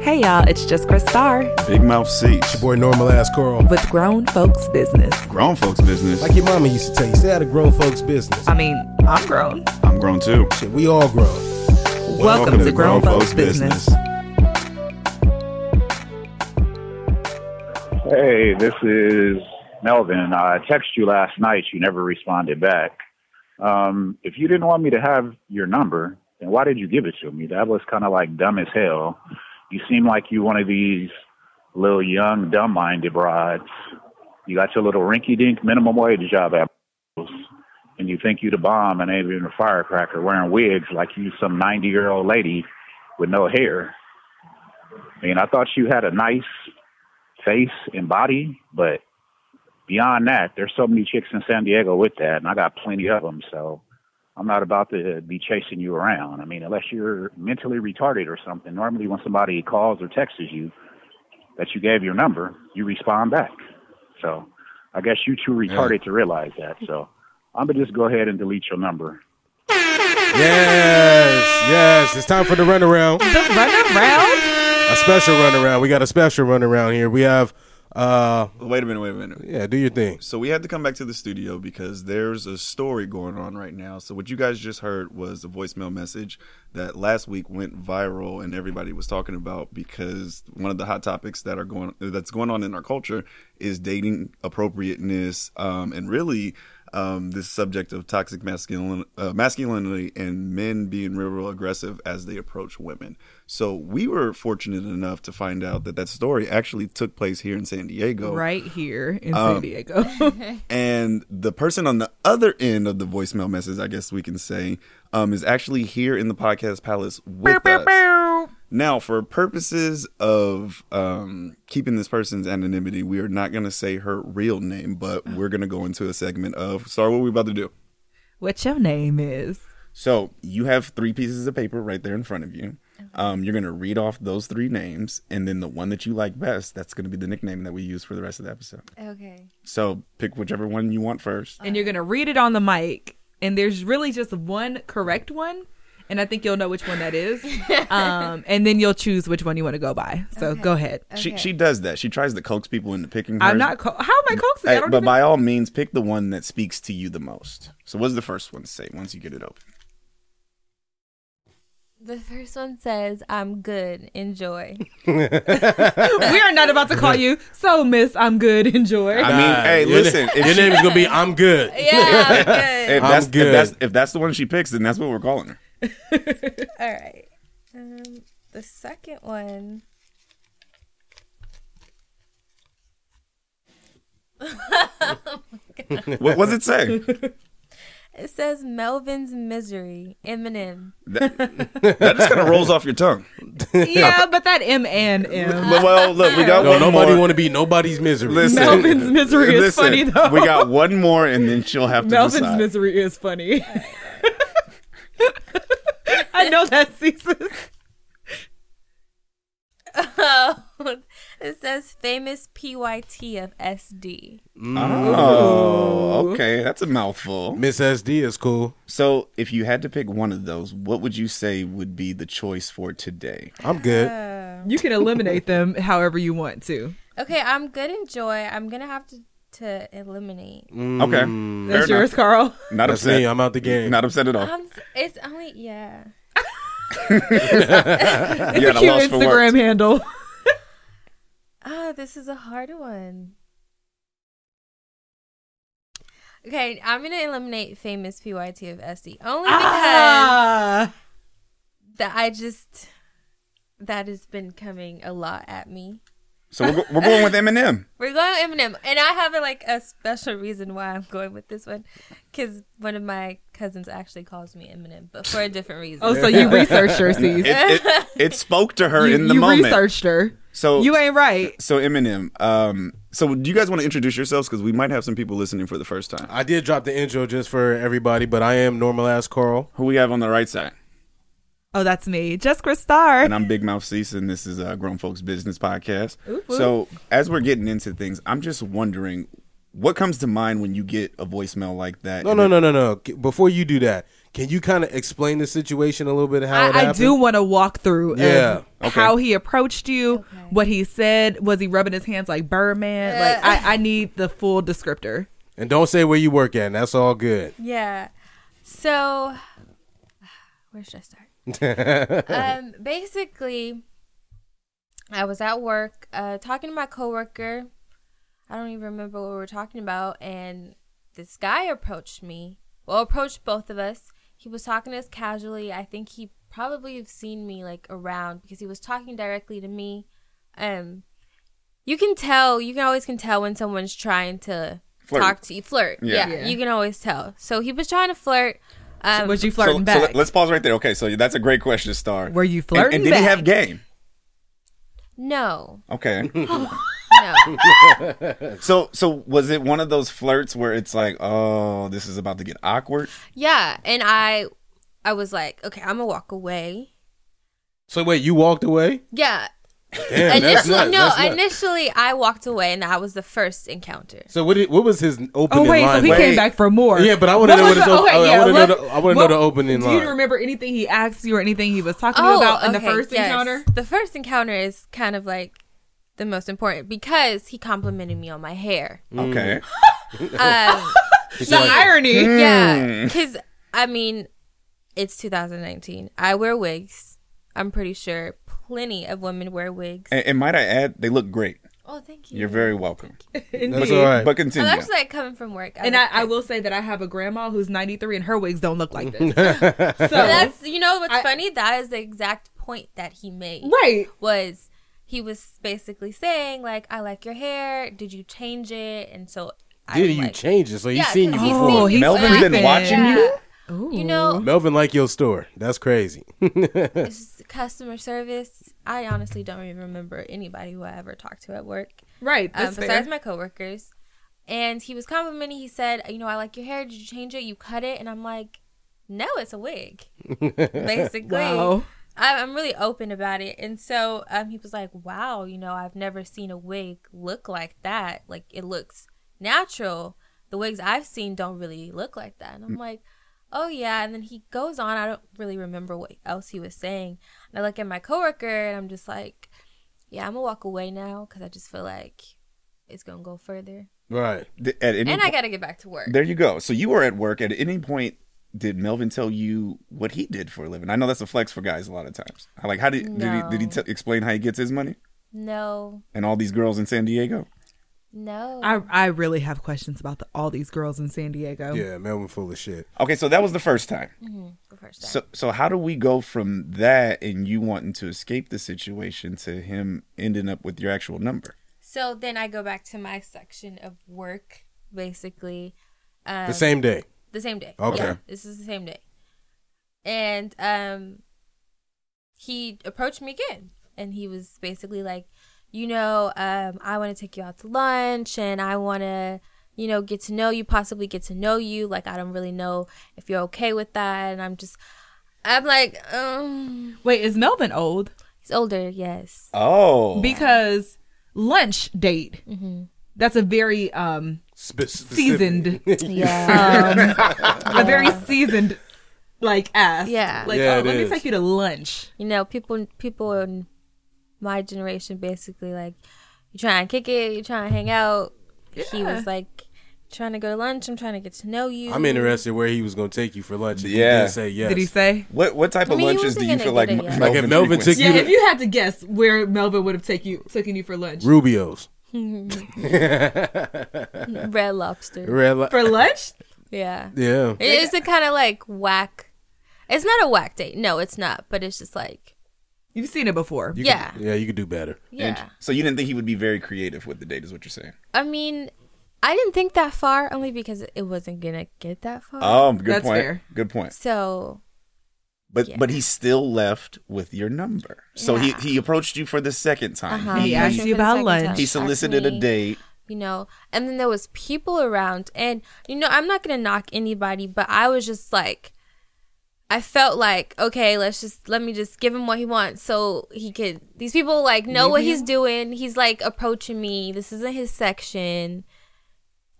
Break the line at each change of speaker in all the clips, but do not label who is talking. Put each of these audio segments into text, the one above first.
Hey y'all, it's just Chris Starr
Big Mouth Seats.
Your boy Normal Ass Carl.
with Grown Folks Business.
Grown folks business.
Like your mama used to tell you, stay out of grown folks' business.
I mean, I'm grown.
I'm grown too.
Shit, we all grown.
Welcome, to, Grown, Folks Business.
Hey, this is Melvin. I texted you last night. You never responded back. Um, if you didn't want me to have your number, then why did you give it to me? That was kind of like dumb as hell. You seem like you one of these little young, dumb-minded broads. You got your little rinky-dink minimum wage job at and you think you the bomb and ain't even a firecracker wearing wigs like you some 90-year-old lady with no hair. I mean, I thought you had a nice face and body, but beyond that, there's so many chicks in San Diego with that, and I got plenty of them. So I'm not about to be chasing you around. I mean, unless you're mentally retarded or something. Normally, when somebody calls or texts you that you gave your number, you respond back. So I guess you too retarded to realize that. So I'm gonna just go ahead and delete your number.
Yes, yes. It's time for the runaround.
The runaround?
A special runaround. We got a special runaround here. We have, uh,
Wait a minute, wait a minute.
yeah, do your thing.
So we had to come back to the studio because there's a story going on right now. So what you guys just heard was a voicemail message that last week went viral and everybody was talking about because one of the hot topics that are going that's going on in our culture is dating appropriateness um, and really um, this subject of toxic masculin- uh, masculinity and men being real, real aggressive as they approach women. So we were fortunate enough to find out that that story actually took place here in San Diego.
Right here in San Diego.
And the person on the other end of the voicemail message, I guess we can say, um, is actually here in the podcast palace with us. Now, for purposes of um, keeping this person's anonymity, we are not going to say her real name, but we're going to go into a segment of, sorry, what are we about to do?
what your name is?
So you have three pieces of paper right there in front of you. Um, you're going to read off those three names, and then the one that you like best, that's going to be the nickname that we use for the rest of the episode.
Okay.
So pick whichever one you want first.
And you're going to read it on the mic. And there's really just one correct one. And I think you'll know which one that is. um, and then you'll choose which one you want to go by. So go ahead.
She she does that. She tries to coax people into picking.
I'm
hers.
not, co- how am I coaxing?
Hey,
I don't
but
even-
by all means, pick the one that speaks to you the most. So, what's the first one to say once you get it open?
The first one says, I'm good. Enjoy.
we are not about to call you. So, Miss, I'm good. Enjoy.
I mean, hey,
your
listen,
na-
if
your
she-
name is going to be I'm Good.
Yeah,
If that's,
good.
If that's, if that's the one she picks, then that's what we're calling her.
good. All right. Um, the second one.
What was it say?
It says Melvin's misery, Eminem.
that just kind of rolls off your tongue.
yeah, but that M and M.
Well, look, we got
No,
one
nobody
more.
want to be nobody's misery.
Listen,
Melvin's misery is
listen,
funny, though.
We got one more, and then she'll have to
Melvin's
decide.
misery is funny. I know that ceases.
it says famous PYT of SD.
Oh, okay, that's a mouthful.
Miss SD is cool.
So, if you had to pick one of those, what would you say would be the choice for today?
I'm good.
You can eliminate them however you want to.
Oh. Okay, I'm good. Enjoy. I'm gonna have to to eliminate.
Okay, fair
That's
enough.
yours, Carl.
Not
Mm, That's
upset.
me. I'm out the game.
Not upset at all.
Uh-huh.
Um, it's only yeah.
You
It's a
got
cute
loss for
Instagram
words.
handle.
Ah, this is a hard one. Okay, I'm gonna eliminate famous PYT of SD only because
Ah,
that I just that has been coming a lot at me.
So we're, go- we're going with Eminem.
We're going with Eminem, and I have like a special reason why I'm going with this one, because one of my cousins actually calls me Eminem, but for a different reason.
oh, so you researched her, Cease.
It, it, it spoke to her
you
in the
you
moment.
researched her.
So
You ain't right.
so Eminem. Um. So do you guys want to introduce yourselves? Because we might have some people listening for the first time.
I did drop the intro just for everybody, but I am normal ass Carl.
Who we have on the right side?
Oh, that's me, Jessica Star.
And I'm Big Mouth Cease, and this is a Grown Folks Business Podcast. So as we're getting into things, I'm just wondering what comes to mind when you get a voicemail like that.
No, no, no, no, no. Before you do that, Can you kind of explain the situation a little bit? How it
I, I
happened?
do want to walk through of
Yeah,
okay.
how he approached you, what he said. Was he rubbing his hands like Birdman? Like I, I need the full descriptor.
And don't say where you work at. and That's all good.
Yeah. So, where should I start? um, basically, I was at work uh, talking to my coworker. I don't even remember what we were talking about, and this guy approached me. Well, approached both of us. He was talking to us casually. I think he probably have seen me like around because he was talking directly to me. Um, you can tell. You can always can tell when someone's trying to
Flirt.
talk to you, flirt.
Yeah.
yeah,
Yeah.
you can always tell. So he was trying to flirt. Um,
Was you
So,
flirting
so
back?
let- let's pause right there. Okay, so that's a great question, Star.
Were you
And-
flirting
And, did he
back?
have game?
no,
Okay.
no.
so so was it one of those flirts where it's like, oh, this is about to get awkward?
yeah, and I, I was like, okay, I'm gonna walk away.
So wait, you walked away?
Yeah.
Damn, that's
initially,
nuts.
no.
That's nuts.
initially, I walked away, and that was the first encounter.
So what? Did, what was his opening
Oh wait,
line?
so he
Wait.
came back for more.
Yeah, but I wanna know
was
what his
the-
op- I- I wanna know the- I wanna know
what-
the opening
Do
line.
you remember anything he asked you or anything he was talking to you about in the
Oh, okay,
first
yes.
encounter?
The first encounter is kind of like the most important because he complimented me on my hair.
Okay.
Um,
He's
The
like, "Hmm?
irony.
yeah, because I mean, it's 2019. I wear wigs. I'm pretty sure plenty of women wear wigs.
And, and might I add, they look great.
oh, thank you.
You're very welcome.
that's all right.
But
I'm
continue.
actually like coming from work.
And I,
look
I
good.
will say that I have a grandma who's 93 and her wigs don't look like this. so
That's you know what's
I-
funny. That is the exact point that he made.
right.
was he was basically saying like I like your hair. Did you change it? And so I
Did
was
you
like,
change it? So he's
Yeah,
seen you
because he's
before.
seen me.
Melvin's
flipping.
been watching
yeah.
you?
You know,
Melvin like your store. That's crazy.
it's just customer service. I honestly don't even remember anybody who I ever talked to at work,
Right.
um,
That's
besides
fair.
my coworkers. And he was complimenting. He said, "You know, I like your hair. Did you change it? You cut it?" And I'm like, "No, it's a wig." Basically,
Wow.
I- I'm really open about it. And so um, he was like, wow, you know, I've never seen a wig look like that. Like, it looks natural. The wigs I've seen don't really look like that. And
Mm.
I'm like, oh, yeah. And then he goes on. I don't really remember what else he was saying. And I look at my coworker and I'm just like, yeah, I'm going to walk away now because I just feel like it's going to go further.
right.
Th- At any
And I
po-
got to get back to work.
there you go. So you were at work. At any point, did Melvin tell you what he did for a living? I know that's a flex for guys a lot of times. I Like, how did did he did he
No.
t- explain how he gets his money
No,
and all these girls in San Diego?
no.
I, I really have questions about the, all these girls in San Diego.
Yeah, Melvin full of shit.
Okay, so that was the first time.
The first time.
So so how do we go from that and you wanting to escape the situation to him ending up with your actual number?
So then I go back to my section of work, basically. Um,
The same day.
the same day.
Okay.
this is the same day. And um, he approached me again, and he was basically like, you know, um, I want to take you out to lunch, and I want to, you know, get to know you, possibly get to know you. Like I don't really know if you're okay with that, and I'm just, I'm like, um,
Wait, is Melvin old?
he's older, yes.
Oh.
Because lunch date.
Mm-hmm.
That's a very um
Spe- specific.
seasoned
Yeah.
a very seasoned like ass.
Yeah.
Like,
Yeah,
oh,
it
let
is.
me take you to lunch.
you know, people people in my generation basically like you try and kick it, you try and hang out. He was like trying to go to lunch. I'm trying to get to know you.
I'm interested where he was going to take you for lunch. If
Yeah.
He did say yes.
Did he say?
What what type
I
of
mean, he
lunches do
wasn't
you
gonna
feel like
get it
M-
yet.
Melvin,
Like if Melvin
frequents?
took
Yeah,
You-
if you had to guess where Melvin would have take you taken you for lunch.
Rubio's.
Red Lobster.
Red light.
For lunch?
Yeah,
yeah.
it is a kind of like whack. It's not a whack date. No, it's not. But it's just like
You've seen it before.
You
yeah,
Could, yeah, you could do better.
yeah.
So you didn't think he would be very creative with the date is what you're saying.
I mean, I didn't think that far only because it wasn't gonna get that far.
Oh, good
That's
point.
fair.
Good point.
So
But
Yeah.
but he still left with your number. So
Yeah.
he, he approached you for the second time.
uh-huh,
He
I'm
asked
sure
you
for the
about
second
lunch.
time.
He
Asked
solicited a
me.
date.
you know and then there was people around and you know i'm not gonna knock anybody but i was just like i felt like okay let's just let me just give him what he wants so he could these people like know what he's doing he's like approaching me this isn't his section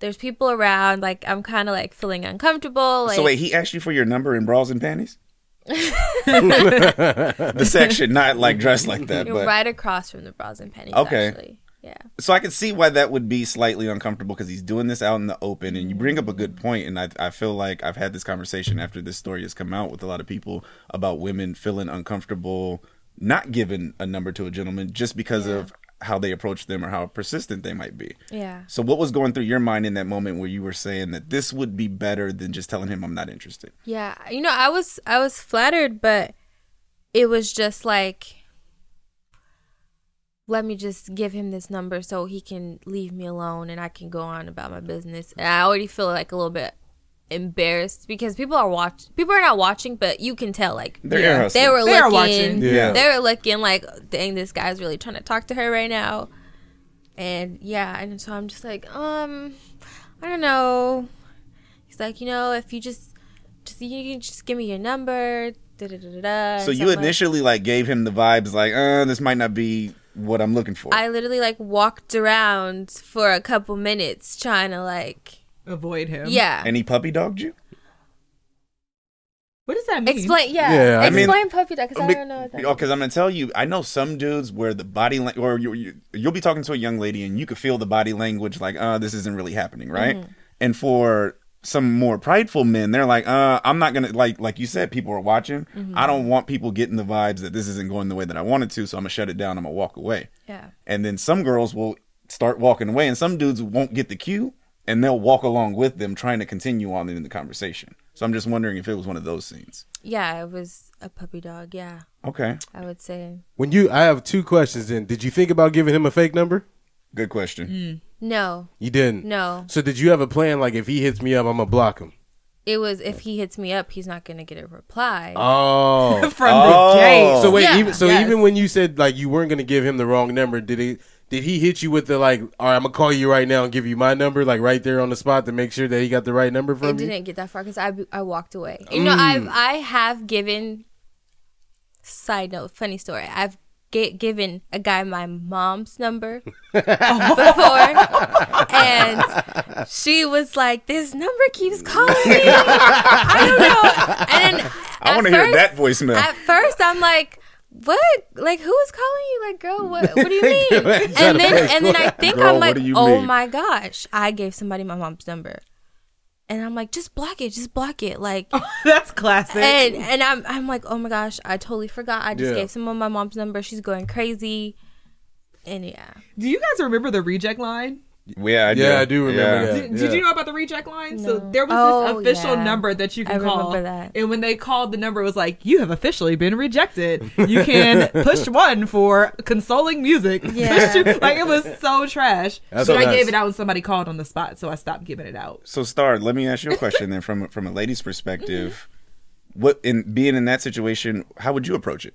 there's people around. Like I'm kind of like feeling uncomfortable. Like,
so wait, he asked you for your number in bras and panties? the section, not like dressed like that,
you're
but
right across from the bras and panties.
Okay.
Actually. Yeah.
so I can see why that would be slightly uncomfortable because he's doing this out in the open, and you bring up a good point, and I I feel like I've had this conversation after this story has come out with a lot of people about women feeling uncomfortable not giving a number to a gentleman just because of how they approach them or how persistent they might be.
Yeah.
So what was going through your mind in that moment where you were saying that this would be better than just telling him I'm not interested?
Yeah, you know, I was I was flattered, but it was just like let me just give him this number so he can leave me alone and I can go on about my business. And I already feel like a little bit embarrassed because people are watch people are not watching, but you can tell like
They're
Yeah,
air hustling.
they were
They are
looking
watching.
Yeah.
they were looking like dang this guy's really trying to talk to her right now. And yeah, and so I'm just like, um, I don't know. He's like, you know, if you just, just you can just give me your number. Da, da, da, da, da,
So
and
you
I'm like-
initially like gave him the vibes like, uh, this might not be what I'm looking for.
I literally like walked around for a couple minutes trying to like,
Avoid him.
yeah,
and he puppy dogged you?
What does that mean?
explain, yeah,
Yeah, I mean-
explain puppy dog because I don't know. What that
Oh, because I'm gonna tell you, I know some dudes where the body language, or you, you, you'll be talking to a young lady and you can feel the body language, like, uh, this isn't really happening, right?
Mm-hmm.
And for some more prideful men, they're like, uh, I'm not gonna like, like you said, people are watching.
Mm-hmm.
I don't want people getting the vibes that this isn't going the way that I wanted to, so I'm gonna shut it down. I'm gonna walk away.
Yeah.
And then some girls will start walking away, and some dudes won't get the cue, and they'll walk along with them, trying to continue on in the conversation. So I'm just wondering if it was one of those scenes.
Yeah, it was a puppy dog. Yeah,
Okay,
I would say
When you, I have two questions. Then, did you think about giving him a fake number?
good question.
no,
You didn't.
no.
So did you have a plan? Like, if he hits me up, I'm gonna block him.
It was if he hits me up, he's not gonna get a reply.
Oh.
From
Oh.
the gate.
so wait.
Yeah.
Even, so
Yes.
even when you said like you weren't gonna give him the wrong number, did he? Did he hit you with the like? All right, I'm gonna call you right now and give you my number, like right there on the spot to make sure that he got the right number
it
from you.
didn't get that far because I, I walked away. You know, I've
Mm.
I have given. Side note, funny story. I've ga- given a guy my mom's number before, and she was like, "This number keeps calling me. I don't know." And then
I
at
want to hear
first-
that voicemail.
At first, I'm like. What? Like who is calling you? Like girl, what? What do you mean? and then, and then I think
Girl,
I'm
what
like,
do you
oh
mean?"
my gosh, I gave somebody my mom's number and I'm like, just block it, just block it, like.
That's classic.
And and I'm I'm like, oh my gosh, I totally forgot. I just
Yeah.
gave someone my mom's number. She's going crazy, and yeah,
Do you guys remember the reject line?
yeah, I
Yeah, I do remember that.
Did, did
Yeah.
you know about the reject line? So
No.
there was
Oh,
this official
yeah.
number that you
I
can call.
remember that.
And when they called the number, it was like, "You have officially been rejected. You can push one for consoling music.
Yeah.
Push two- Like it was so trash.
That's
but I
nice.
gave it out when somebody called on the spot, so I stopped giving it out.
So, Star, let me ask you a question then, from from a lady's perspective. What in being in that situation, how would you approach it?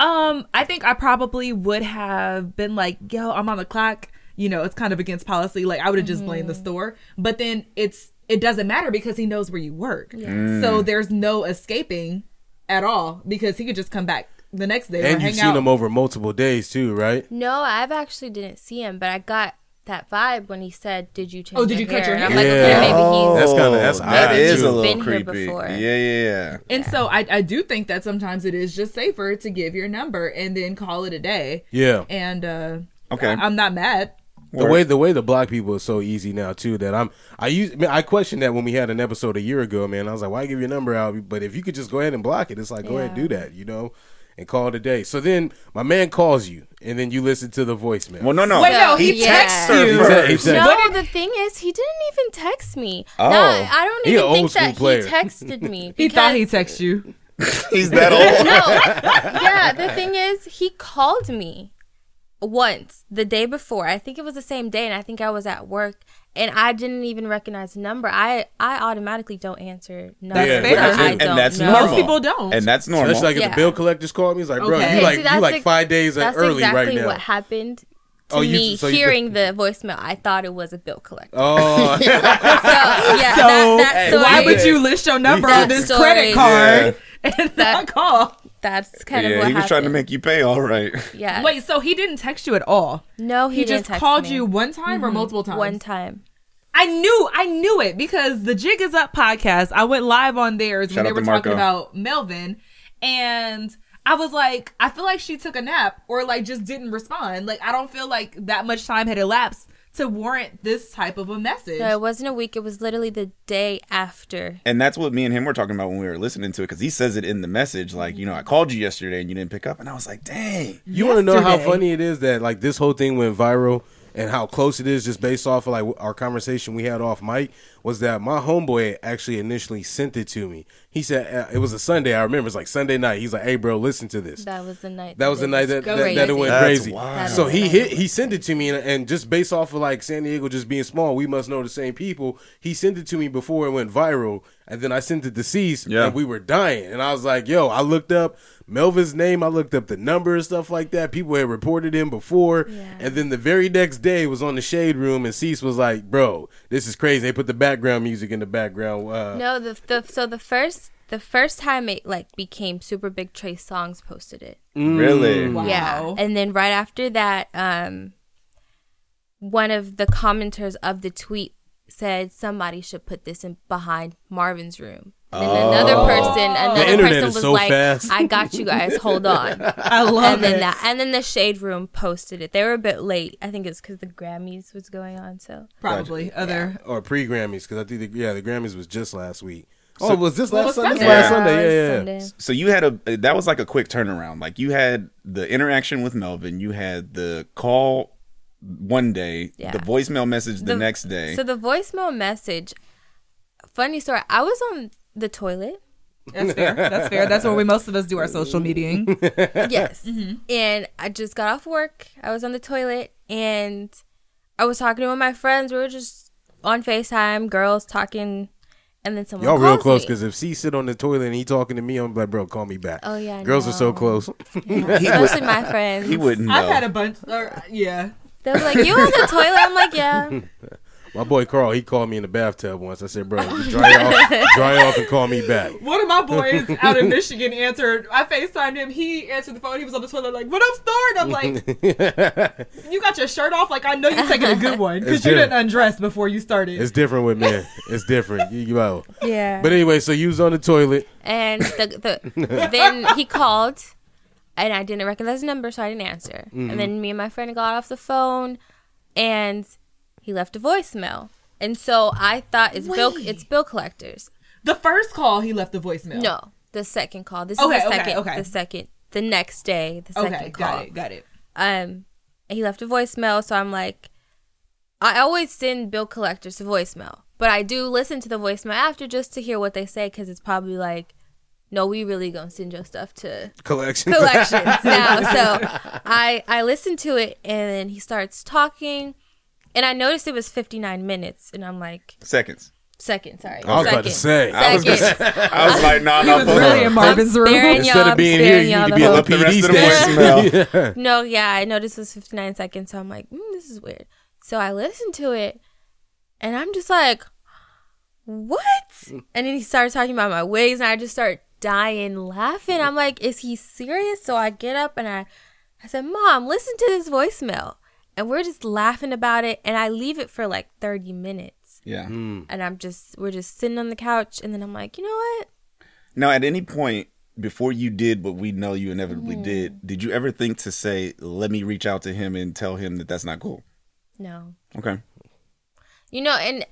Um, I think I probably would have been like, yo, I'm on the clock. You know, it's kind of against policy. Like I would have just blamed
Mm-hmm.
the store. But then it's it doesn't matter because he knows where you work. So there's no escaping at all because he could just come back the next day or
And
hang
you've seen
out.
him over multiple days too, right?
no, I've actually didn't see him, but I got that vibe when he said, "Did you change?
Oh, did you cut your
And I'm
hair?
like, okay,
Yeah.
maybe
Oh,
he's
That's kinda- that's
that
odd,
is
too.
a little
Been here
creepy.
before.
Yeah, yeah, yeah.
and so I, I do think that sometimes it is just safer to give your number and then call it a day.
Yeah.
And uh
Okay.
I- I'm not mad.
The way the way the black people is so easy now too that I'm I use man, I questioned that when we had an episode a year ago, man. I was like, why give your number out? But if you could just go ahead and block it, it's like go ahead and do that, you know, and call it a day. So then my man calls you, and then you listen to the voicemail.
Well, no, no.
Wait, no,
he
he texted
texts her
you.
first.
He texted-
No,
But
the thing is, he didn't even text me.
Oh.
No, I don't
He
even
a
think
old
that
school
he
player.
texted me.
He thought he
because-
texted you.
He's that old.
No, yeah. The thing is, he called me once the day before. I think it was the same day, and I think I was at work, and I didn't even recognize the number. I I automatically don't answer numbers.
Yeah,
fair.
that I
And-
and
don't
that's
know.
normal.
Most people don't.
And that's normal.
That's like if
Yeah.
the bill collectors called me. It's like, bro,
Okay.
you
See,
like
that's
you like
ex-
five days
That's
early
exactly
right now.
what happened to
Oh, you-
me
so you-
hearing the voicemail. I thought it was a bill collector.
oh,
So yeah,
So
that, that story,
why would you list your number on
That
this
story-
credit card and not
That-
call?
Uh,
That's
yeah,
kind
he
of what
was trying to
happened.
make you pay. All right.
Yeah.
Wait, so he didn't text you at all?
no, Uh, he,
He,
didn't
just
text
called
me. Mm-hmm.
you one time or multiple times?
one time.
I knew, I knew it because the Jig Is Up podcast, I went live on theirs
Shout
when they
out
were
to
talking
Marco.
about Melvin. And I was like, I feel like she took a nap or like just didn't respond. Like, I don't feel like that much time had elapsed to warrant this type of a message.
No, it wasn't a week. It was literally the day after.
And that's what me and him were talking about when we were listening to it because he says it in the message. Like, you know, I called you yesterday and you didn't pick up. And I was like, dang.
You want to know how
Yesterday.
funny it is that like this whole thing went viral and how close it is just based off of like our conversation we had off mic was that my homeboy actually initially sent it to me. He said uh, it was a Sunday. I remember it's like Sunday night. He's like, "Hey, bro, listen to this."
That was the night.
That was the night
was
that, that, that it went
That's
crazy.
wild.
So he hit, he sent it to me, and, and just based off of like San Diego just being small, we must know the same people. He sent it to me before it went viral, and then I sent it to Cease,
Yeah.
and we were dying. And I was like, "Yo," I looked up Melvin's name, I looked up the number and stuff like that. People had reported him before, and then the very next day was on the Shade Room, and Cease was like, "Bro, this is crazy." They put the background music in the background. Uh,
No, the, the so the first the first time it like became super big. Trey Songs posted it.
mm.
Really?
wow.
Yeah, and then right after that, um, one of the commenters of the tweet said somebody should put this in behind Marvin's room. And then another person, another
Oh. internet
person
is
was
so
like,
fast.
"I got you guys, hold on."
I love
and then
it.
that, and then the shade room posted it. They were a bit late. I think it's because the Grammys was going on. So
Probably other.
or pre Grammys, because I think the, yeah, the Grammys was just last week. Oh, was this
Well,
last
it was
Sunday? This
Sunday.
Last
Yeah.
Sunday, yeah, yeah. yeah.
Sunday.
So you had a, that was like a quick turnaround. Like you had the interaction with Melvin, you had the call one day,
Yeah.
the voicemail message the, next day.
So the voicemail message. Funny story. I was on the toilet.
That's fair. That's fair. That's where we most of us do our social mediaing.
Yes.
Mm-hmm.
And I just got off work. I was on the toilet and I was talking to one of my friends. We were just on Facetime, girls talking, and then someone
Y'all real
calls
close
me.
because if C sit on the toilet and he talking to me, I'm like, bro, call me back.
Oh, yeah, I
girls are so
know.
close.
especially my friends.
he wouldn't know.
I've had a bunch. Or, yeah.
They were like, "You on the toilet?" I'm like, "Yeah."
My boy Carl, he called me in the bathtub once. I said, bro, dry off, dry off, and call me back.
One of my boys out in Michigan answered. I FaceTimed him. He answered the phone. He was on the toilet, like, "What up, Star?" And I'm like, "You got your shirt off? Like, I know you're taking a good one because
It's
you
different.
didn't undress before you started."
It's different with men. It's different. You, you know.
Yeah.
But anyway, so you was on the toilet.
and the, the then he called, and I didn't recognize the number, so I didn't answer. And
Mm-hmm.
then me and my friend got off the phone, and he left a voicemail. And so I thought it's bill
Wait.
it's bill collectors.
the first call, he left the voicemail.
No, the second call. This
Okay,
is the
okay,
second.
okay.
The second. The next day. The second
Okay,
call.
got it, got it.
Um, and he left a voicemail, so I'm like, I always send bill collectors to voicemail, but I do listen to the voicemail after just to hear what they say because it's probably like, no, we really gonna send your stuff to
Collection.
collections now. So I I listened to it, and then he starts talking, and I noticed it was 59 minutes, and I'm like,
Seconds.
second, sorry,
I was
second.
about to say.
I was, gonna
Second.
say- I was like, nah, nah,
He was really in
fuck.
Marvin's
I'm
room.
staring
Instead
y'all,
of being
I'm
here,
staring
you
y'all
need to
the
be
whole
on the
Look the rest
PD
of the
station. Yeah.
No, yeah, I noticed it was 59 seconds, so I'm like, mm, this is weird. So I listened to it, and I'm just like, what? And then he started talking about my wigs, and I just start dying laughing. I'm like, is he serious? So I get up and I, I said, Mom, listen to this voicemail. And we're just laughing about it, and I leave it for like 30 minutes.
Yeah.
And I'm just, we're just sitting on the couch, and then I'm like, you know what?
Now, at any point before you did what we know you inevitably
Mm.
did, did you ever think to say, "Let me reach out to him and tell him that that's not cool"?
No.
Okay.
You know, and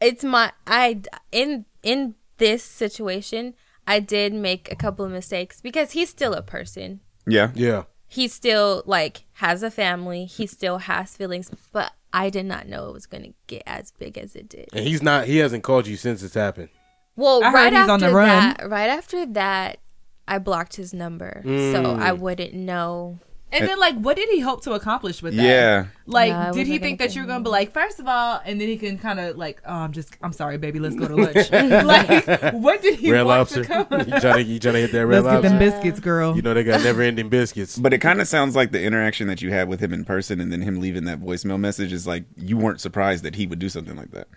it's my I in in this situation, I did make a couple of mistakes because he's still a person.
Yeah.
yeah.
He still like has a family. He still has feelings, but I did not know it was going to get as big as it did.
And he's not, he hasn't called you since it's happened.
Well,
I heard
right
he's
after
on the run.
that, right after that, I blocked his number, so
Mm.
I wouldn't know.
And then, like, what did he hope to accomplish with that?
Yeah.
Like,
No, it
did he
wasn't
think that you were gonna
anything.
be like, first of all, and then he can kind of like, oh, I'm just, I'm sorry, baby, let's go to lunch. like, what did he
Red
want
Lobster. you
to come?
trying to, you trying to hit that Red Lobster?
biscuits, girl.
You know they got never ending biscuits.
But it kind of sounds like the interaction that you had with him in person and then him leaving that voicemail message is like you weren't surprised that he would do something like that.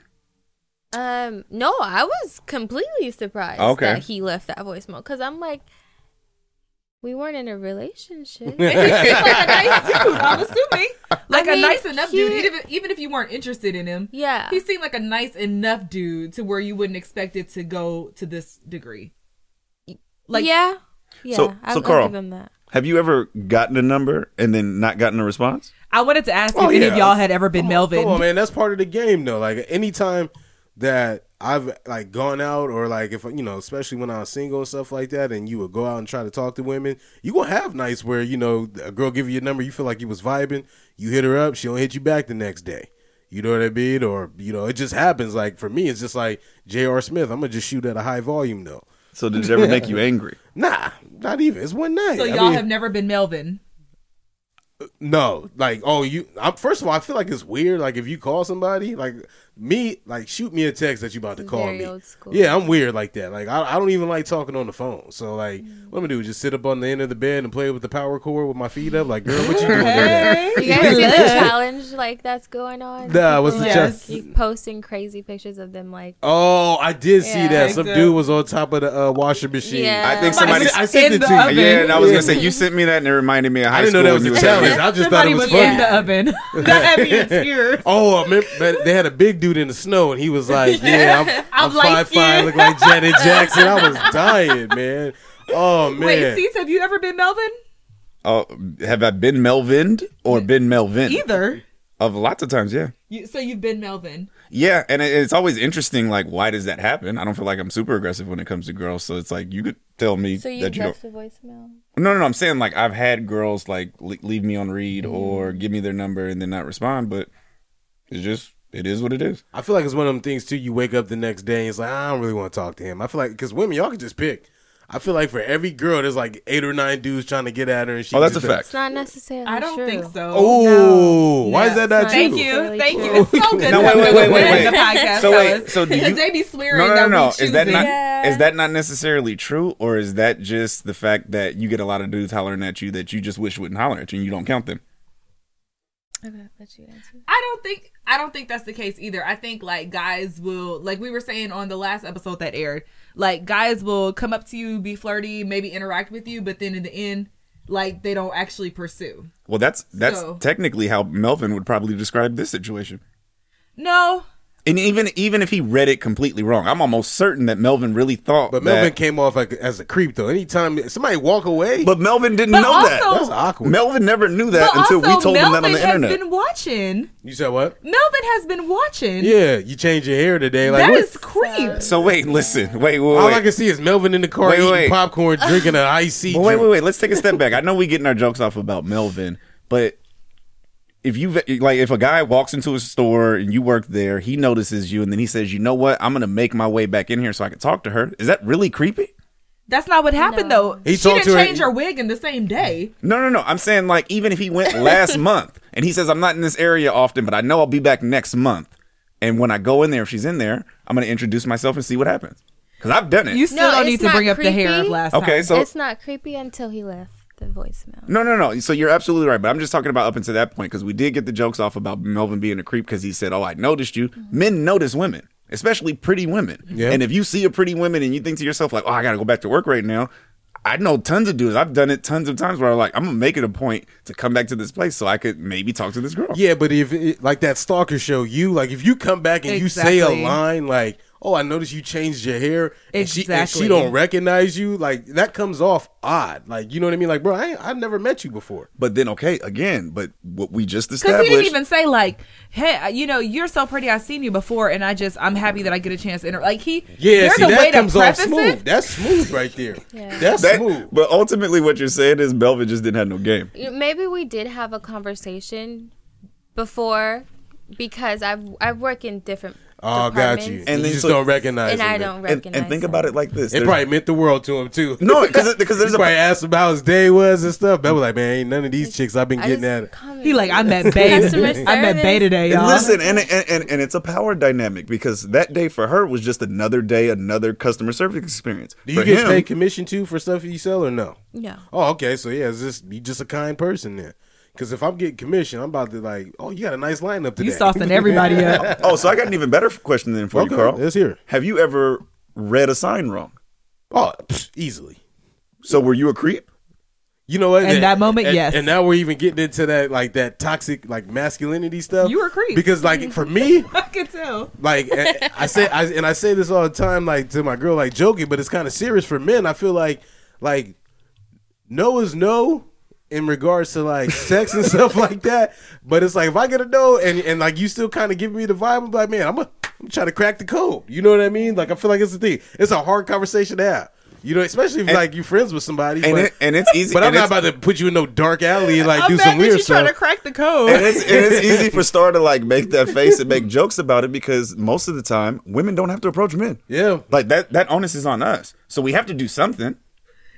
Um, no, I was completely surprised
Okay.
that he left that voicemail because I'm like, We weren't in a relationship.
like a nice dude, I'm assuming. Like
I mean,
a nice enough
he-
dude, even, even if you weren't interested in him.
Yeah.
He seemed like a nice enough dude to where you wouldn't expect it to go to this degree. Like,
yeah. Yeah.
So-
I'll,
so
I'll
Carl,
give him that.
Have you ever gotten a number and then not gotten a response?
I wanted to ask
Oh,
if any
yeah.
of y'all had ever been
Come on-
Melvin.
Come on, man, that's part of the game though. Like anytime that I've like gone out or like if you know, especially when I was single and stuff like that, and you would go out and try to talk to women, you gonna have nights where you know a girl give you a number, you feel like you was vibing, you hit her up, she don't hit you back the next day. You know what I mean? Or you know, it just happens. Like for me, it's just like J.R. Smith. I'm gonna just shoot at a high volume though.
So did it ever make you angry?
Nah, not even. It's one night.
So
I
y'all
mean-
have never been Melvin.
No, like oh you. I'm, first of all, I feel like it's weird. Like if you call somebody, like me, like shoot me a text that you about to
It's
call
very
me.
old school.
Yeah, I'm weird like that. Like I, I don't even like talking on the phone. So like,
Mm.
what I'm gonna do? is Just sit up on the end of the bed and play with the power cord with my feet up. Like girl, what you doing? Hey.
You guys see the challenge like that's going on?
Nah, what's the
People,
Yes.
like, keep posting crazy pictures of them like
Oh, I did see
Yeah.
that. Some
Like the-
dude was on top of the uh, washer machine.
Yeah.
I,
I think
somebody.
somebody-
I sent
in
it
the
to you.
oven.
Yeah, and I was gonna say
Yeah.
you sent me that and it reminded me of high
I didn't know
school
that was
when
a
you were younger.
challenge. I just thought
Somebody
it was
was,
funny.
in the oven. that had me in tears.
Oh, I remember, but they had a big dude in the snow, and he was like, "Yeah, I'm, I'm,
I'm light
five five,
skinned.
look like Janet Jackson." I was dying, man. Oh man,
Wait, Cease, have you ever been Melvin?
Oh, have I been Melvined or been Melvin?
Either.
Of lots of times, yeah.
You, so you've been Melvin.
Yeah, and it- it's always interesting. Like, why does that happen? I don't feel like I'm super aggressive when it comes to girls, so it's like you could tell me
So you
that you don't.
left a voicemail?
No, no, no. I'm saying like I've had girls like le- leave me on read
Mm-hmm.
or give me their number and then not respond, but it's just it is what it is.
I feel like it's one of them things too. You wake up the next day and it's like, I don't really want to talk to him. I feel like because women, y'all can just pick. I feel like for every girl, there's like eight or nine dudes trying to get at her, and she.
Oh, that's a
just-
fact.
It's not necessarily
I don't
true.
think so.
Oh,
No.
why is
No.
that not
Thank
true?
you.
Really
Thank
true.
you. It's so good.
Now,
to
wait,
have
wait,
good
wait,
women
wait,
in The podcast,
So wait,
fellas.
so do
'Cause
you-
they be swearing
No, no, no,
that
no.
we
Is that
choosing.
not
Yeah.
is that not necessarily true, or is that just the fact that you get a lot of dudes hollering at you that you just wish wouldn't holler at you and you don't count them?
I'm gonna let you answer.
I don't think I don't think that's the case either. I think like guys will like we were saying on the last episode that aired, like guys will come up to you, be flirty, maybe interact with you, but then in the end, like they don't actually pursue.
Well, that's that's
So-
technically how Melvin would probably describe this situation.
No.
And even even if he read it completely wrong, I'm almost certain that Melvin really thought.
But
that-
Melvin came off like as a creep though. Anytime somebody walk away,
but Melvin didn't
But
know
also-
that.
that's awkward.
Melvin never knew that until we told him that on
Melvin
the
has
internet.
been watching.
you said what?
Melvin has been watching.
Yeah, you change your hair today. Like
that
what?
is creep.
So wait, listen, wait, wait,
all
wait.
I can see is Melvin in the car
Wait,
eating
wait.
popcorn, drinking an icy.
But wait,
drink.
wait, wait. Let's take a step back. I know we getting our jokes off about Melvin, but if you like, if a guy walks into a store and you work there, he notices you, and then he says, "You know what? I'm gonna make my way back in here so I can talk to her." Is that really creepy?
That's not what happened
No.
though.
He
she
talked
didn't
to her-
change her wig in the same day.
No, no, no. I'm saying like even if he went last month and he says I'm not in this area often, but I know I'll be back next month. And when I go in there, if she's in there, I'm gonna introduce myself and see what happens. Cause I've done it.
You still don't
it's
need to
not
bring up the hair of
creepy.
last
okay,
time.
so
it's not creepy until he left the voicemail.
no, no, no. So you're absolutely right. But I'm just talking about up until that point because we did get the jokes off about Melvin being a creep because he said, "Oh, I noticed you."
Mm-hmm.
Men notice women, especially pretty women.
Yeah.
And if you see a pretty woman and you think to yourself like, "Oh, I gotta go back to work right now," I know tons of dudes. I've done it tons of times where I'm like, "I'm gonna make it a point to come back to this place so I could maybe talk to this girl."
Yeah, but if it, like that stalker show, you like if you come back and you say
Exactly.
a line like, "Oh, I noticed you changed your hair," and she and she
Exactly.
don't recognize you, like that comes off odd. Like you know what I mean? Like, bro, I ain't, I've never met you before.
But then, okay, again, but what we just
Because he
established.
didn't even say like, "Hey, uh, you know, you're so pretty. I've seen you before, and I just I'm happy that I get a chance to inter-. like he."
Yeah,
there's
see
a way
that
to
comes off
preface
smooth.
it.
That's smooth right there.
Yeah.
That's
that-
smooth.
but ultimately, what you're saying is Belvin just didn't have no game.
You- Maybe we did have a conversation before because I've I work in different
Oh, got you.
departments,
And
And
you
then
just
so-
don't recognize.
and I
him.
don't
And,
recognize.
and think
him.
about it like this:
It
There's-
probably meant the world to him too.
no, because because there's
He
a
probably asked him how his day was and stuff. That was like, man, ain't none of these chicks I've been
I
getting
just
at. it.
come
He
in-
like I met
Customer
Bay. I met Bay
service.
today,
And
y'all.
listen, and, and and and it's a power dynamic because that day for her was just another day, another customer service experience.
Do you
for
get
him,
paid commission too for stuff you sell or no?
No.
Oh, okay. So yeah, it's just you just a kind person then. Because if I'm getting commission, I'm about to like, oh, you got a nice lineup today.
you saucing everybody up.
Oh, so I got an even better question then for
Okay,
you, Carl.
let's hear it.
Have you ever read a sign wrong?
oh, pfft, easily.
So were you a creep?
You know what?
In that moment,
and-
yes.
And now we're even getting into that like that toxic like masculinity stuff.
You were a creep.
because like for me,
I can tell.
like and- I say, I, and I say this all the time, like to my girl, like joking, but it's kind of serious for men. I feel like like no is no in regards to like sex and stuff like that. But it's like if I get a no and and like you still kind of give me the vibe, I'm like, man, I'm a, I'm trying to crack the code. You know what I mean? Like I feel like it's the thing. It's a hard conversation to have. You know, especially if like you're friends with somebody.
And
but,
it- and it's easy-
But I'm
and
not
it's-
about to put you in no dark alley and like
I'm
do
mad
some
that
weird
you trying to
stuff.
crack the code.
and it's, and it's easy for Star to like make that face and make jokes about it because most of the time women don't have to approach men.
Yeah.
like that that onus is on us. So we have to do something.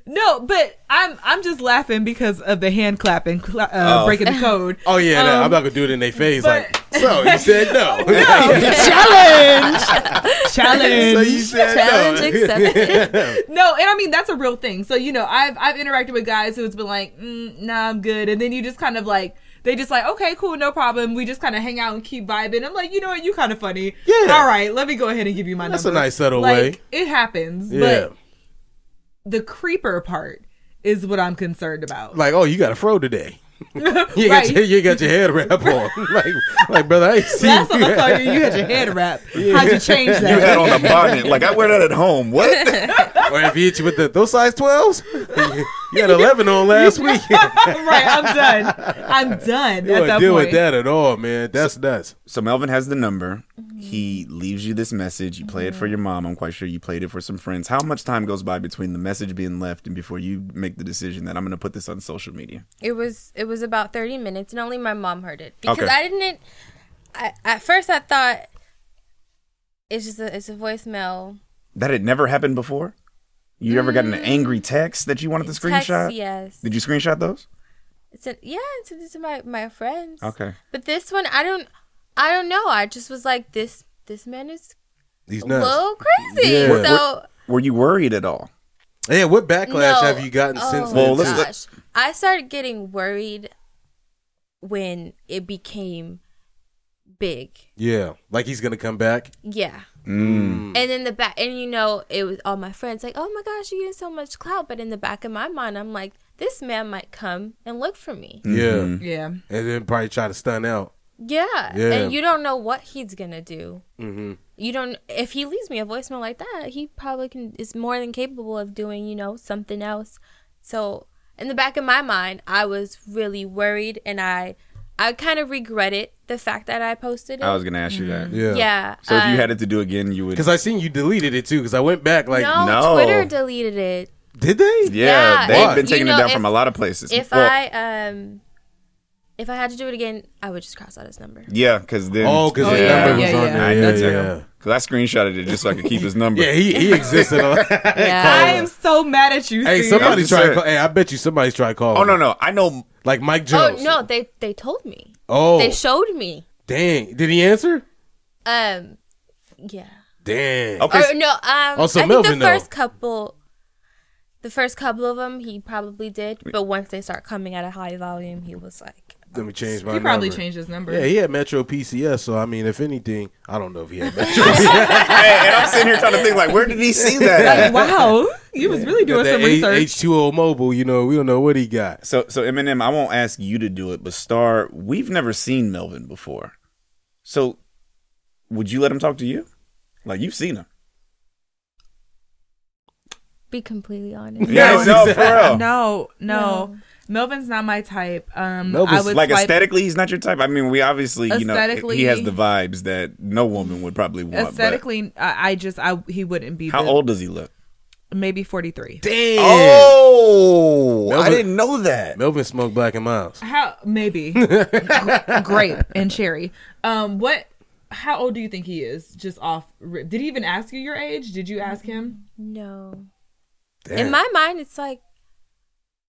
No, but I'm I'm just laughing because of the hand clapping, cla uh, breaking the code.
Oh yeah, no,
Um,
I'm not gonna do it in their face.
but-
like, so you said no.
Challenge.
so you said
Challenge accepted.
no, and I mean that's a real thing. So you know, I've I've interacted with guys who has been like, mm, nah, I'm good, and then you just kind of like. They just like okay, cool, no problem. We just kind of hang out and keep vibing. I'm like, you know what, you kind of funny.
Yeah.
All right, let me go ahead and give you my
That's a
number.
nice, subtle
Like,
way.
It happens,
Yeah.
but the creeper part is what I'm concerned about.
Like, oh, you got a fro today. You,
Right.
got your, you got your head wrap on. like, like, brother, I ain't seen
Last time
you.
I saw you, you had your head wrapped. How'd you change that?
You had on a bonnet. Like I wear that at home. What?
Or if he hit you with the, those size 12s? you, you had 11 on last week. You
right, I'm done. I'm done at
don't
that
deal
point.
with that at all, man. That's nuts.
So Melvin has the number.
Mm-hmm.
He leaves you this message. You play it for your mom. I'm quite sure you played it for some friends. How much time goes by between the message being left and before you make the decision that I'm going to put this on social media?
It was it was about thirty minutes, and only my mom heard it because
Okay.
I didn't. I, at first, I thought it's just a, it's a voicemail.
That had never happened before. You ever gotten an angry text that you wanted to
Mm. Text,
screenshot?
yes.
Did you screenshot those?
It's a, yeah, I sent it to my my friends.
Okay.
But this one, I don't, I don't know. I just was like, this this man is
These
a
nuts.
little crazy.
Yeah. What-
So
Were you worried at all?
Yeah, what backlash
no.
have you gotten
oh,
since
Well,
then?
let's-
too?
let-
gosh. I started getting worried when it became big.
yeah, like he's going to come back.
Yeah.
Mm.
And then the back, and you know, it was all my friends like, oh my gosh, you're getting so much clout. But in the back of my mind, I'm like, this man might come and look for me.
Mm-hmm.
Yeah.
Yeah.
And then probably try to stun out.
Yeah.
Yeah.
And you don't know what he's going to do.
Mm-hmm.
You don't, if he leaves me a voicemail like that, he probably can, is more than capable of doing, you know, something else. So in the back of my mind, I was really worried and I, I kind of regretted the fact that I posted it.
I was going to ask you that.
Yeah.
yeah.
Oh, So if you
uh,
had it to do again, you would.
Because I seen you deleted it too. Because I went back, like,
No.
no, Twitter deleted it.
did they?
yeah,
Yeah,
they've
if-
been taking
you know,
it down
if-
from a lot of places.
If
Well,
I um, if I had to do it again, I would just cross out his number.
yeah, because then
Oh, because
Oh,
his
yeah,
number was
yeah,
on
yeah.
I
there.
did
Yeah,
too.
yeah.
'Cause I screenshotted it just so I could keep his number.
Yeah, he, he existed on.
I
Yeah.
am so mad at you.
Hey,
Steve.
some-
somebody
just
try.
saying.
Call, hey, I bet you somebody's trying to call.
Oh
him.
no, no, I know.
like Mike
Oh
Jones.
no, they they told me.
Oh,
They showed me.
dang! Did he answer?
Um, yeah.
Dang!
Okay,
Or no. Um,
Also,
I think
Melvin,
the
though.
first couple, the first couple of them, he probably did. But once they start coming at a high volume, he was like,
Let me change my.
He probably
number.
changed his number.
Yeah, he had Metro PCS. So I mean, if anything, I don't know if he had Metro.
Hey, and I'm sitting here trying to think like, where did he see that? at?
Wow, you was really doing some research.
H two O mobile. You know, we don't know what he got.
so, so Eminem, I won't ask you to do it, but Star, we've never seen Melvin before. So, would you let him talk to you? Like you've seen him?
"Be completely honest."
Yeah, no, for
oh.
real.
no, no, Melvin's not my type. Um,
Melvin's
I would
Like
swipe-
aesthetically, he's not your type. I mean, we obviously, you know,
Aesthetically-
he has the vibes that no woman would probably want.
Aesthetically, I, I just I he wouldn't be.
but how
the-
old does he look?
Maybe forty three.
Damn!
Oh,
Melvin-
know that.
Melvin smoked black and miles.
How maybe grape and cherry. Um, what? How old do you think he is? Just off. Rip. Did he even ask you your age? Did you ask him?
No.
Damn.
In my mind, it's like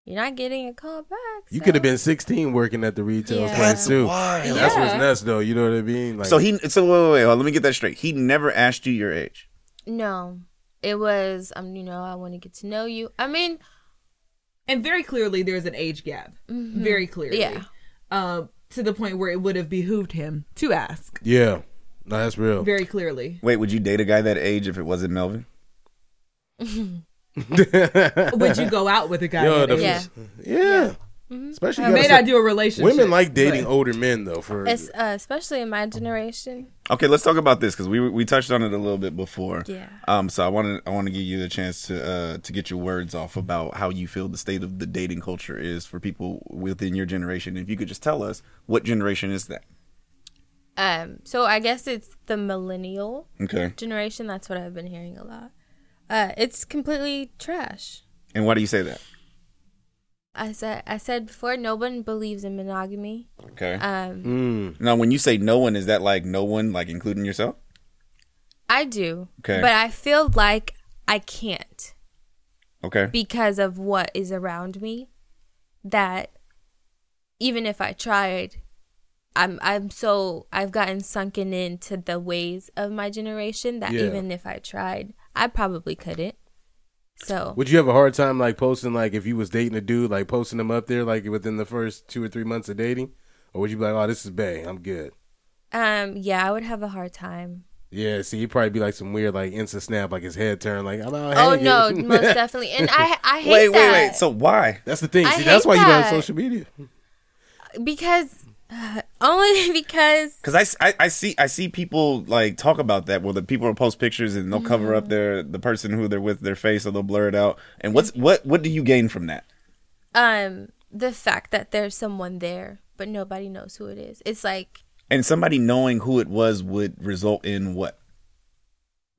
you're not getting a call back.
you
so-
could have been 16 working at the retail
Yeah.
place too.
wild.
That's what's
Yeah.
nuts, though. You know what I mean? Like,
So he. So wait, wait, wait. hold on, Let me get that straight. He never asked you your age.
No, it was um. You know, I want to get to know you. I mean,
And very clearly, there's an age gap. Very clearly.
Yeah.
Um, to the point where it would have behooved him to ask.
yeah, no, that's real.
Very clearly.
Wait, would you date a guy that age if it wasn't Melvin?
Would you go out with a guy?
Yo,
that
the-
age?
Yeah. Mm-hmm.
Yeah. Especially
I
you
may
gotta
not
say-
do a relationship.
women like dating
but-
older men though. For
It's, uh, especially in my generation.
Okay, let's talk about this because we we touched on it a little bit before.
Yeah.
Um. So I want to I want to give you the chance to uh to get your words off about how you feel the state of the dating culture is for people within your generation. If you could just tell us what generation is that?
Um, so I guess it's the millennial
Okay.
generation. That's what I've been hearing a lot. Uh, it's completely trash.
And why do you say that?
I said I said before, no one believes in monogamy.
Okay.
Um,
Mm.
now, when you say no one, is that like no one, like including yourself?
I do,
Okay.
but I feel like I can't
Okay.
because of what is around me. That even if I tried, I'm I'm so I've gotten sunken into the ways of my generation that
Yeah.
even if I tried, I probably couldn't. So
would you have a hard time like posting like if you was dating a dude like posting him up there like within the first two or three months of dating, or would you be like, oh, this is bae, I'm good.
um, yeah, I would have a hard time.
Yeah, see, he'd probably be like some weird like instant snap, like his head turned, like I'm out.
Oh
hanging.
no, most definitely. And I I hate
Wait,
that.
wait, wait. So why?
That's the thing.
I
See, that's
hate
why you don't have
that.
social media.
because only because
Because I, s- I- I see I see people like talk about that where the people will post pictures and they'll cover
Mm-hmm.
up their the person who they're with their face or they'll blur it out. And what's what what do you gain from that?
um the fact that there's someone there but nobody knows who it is. It's like
And somebody knowing who it was would result in what?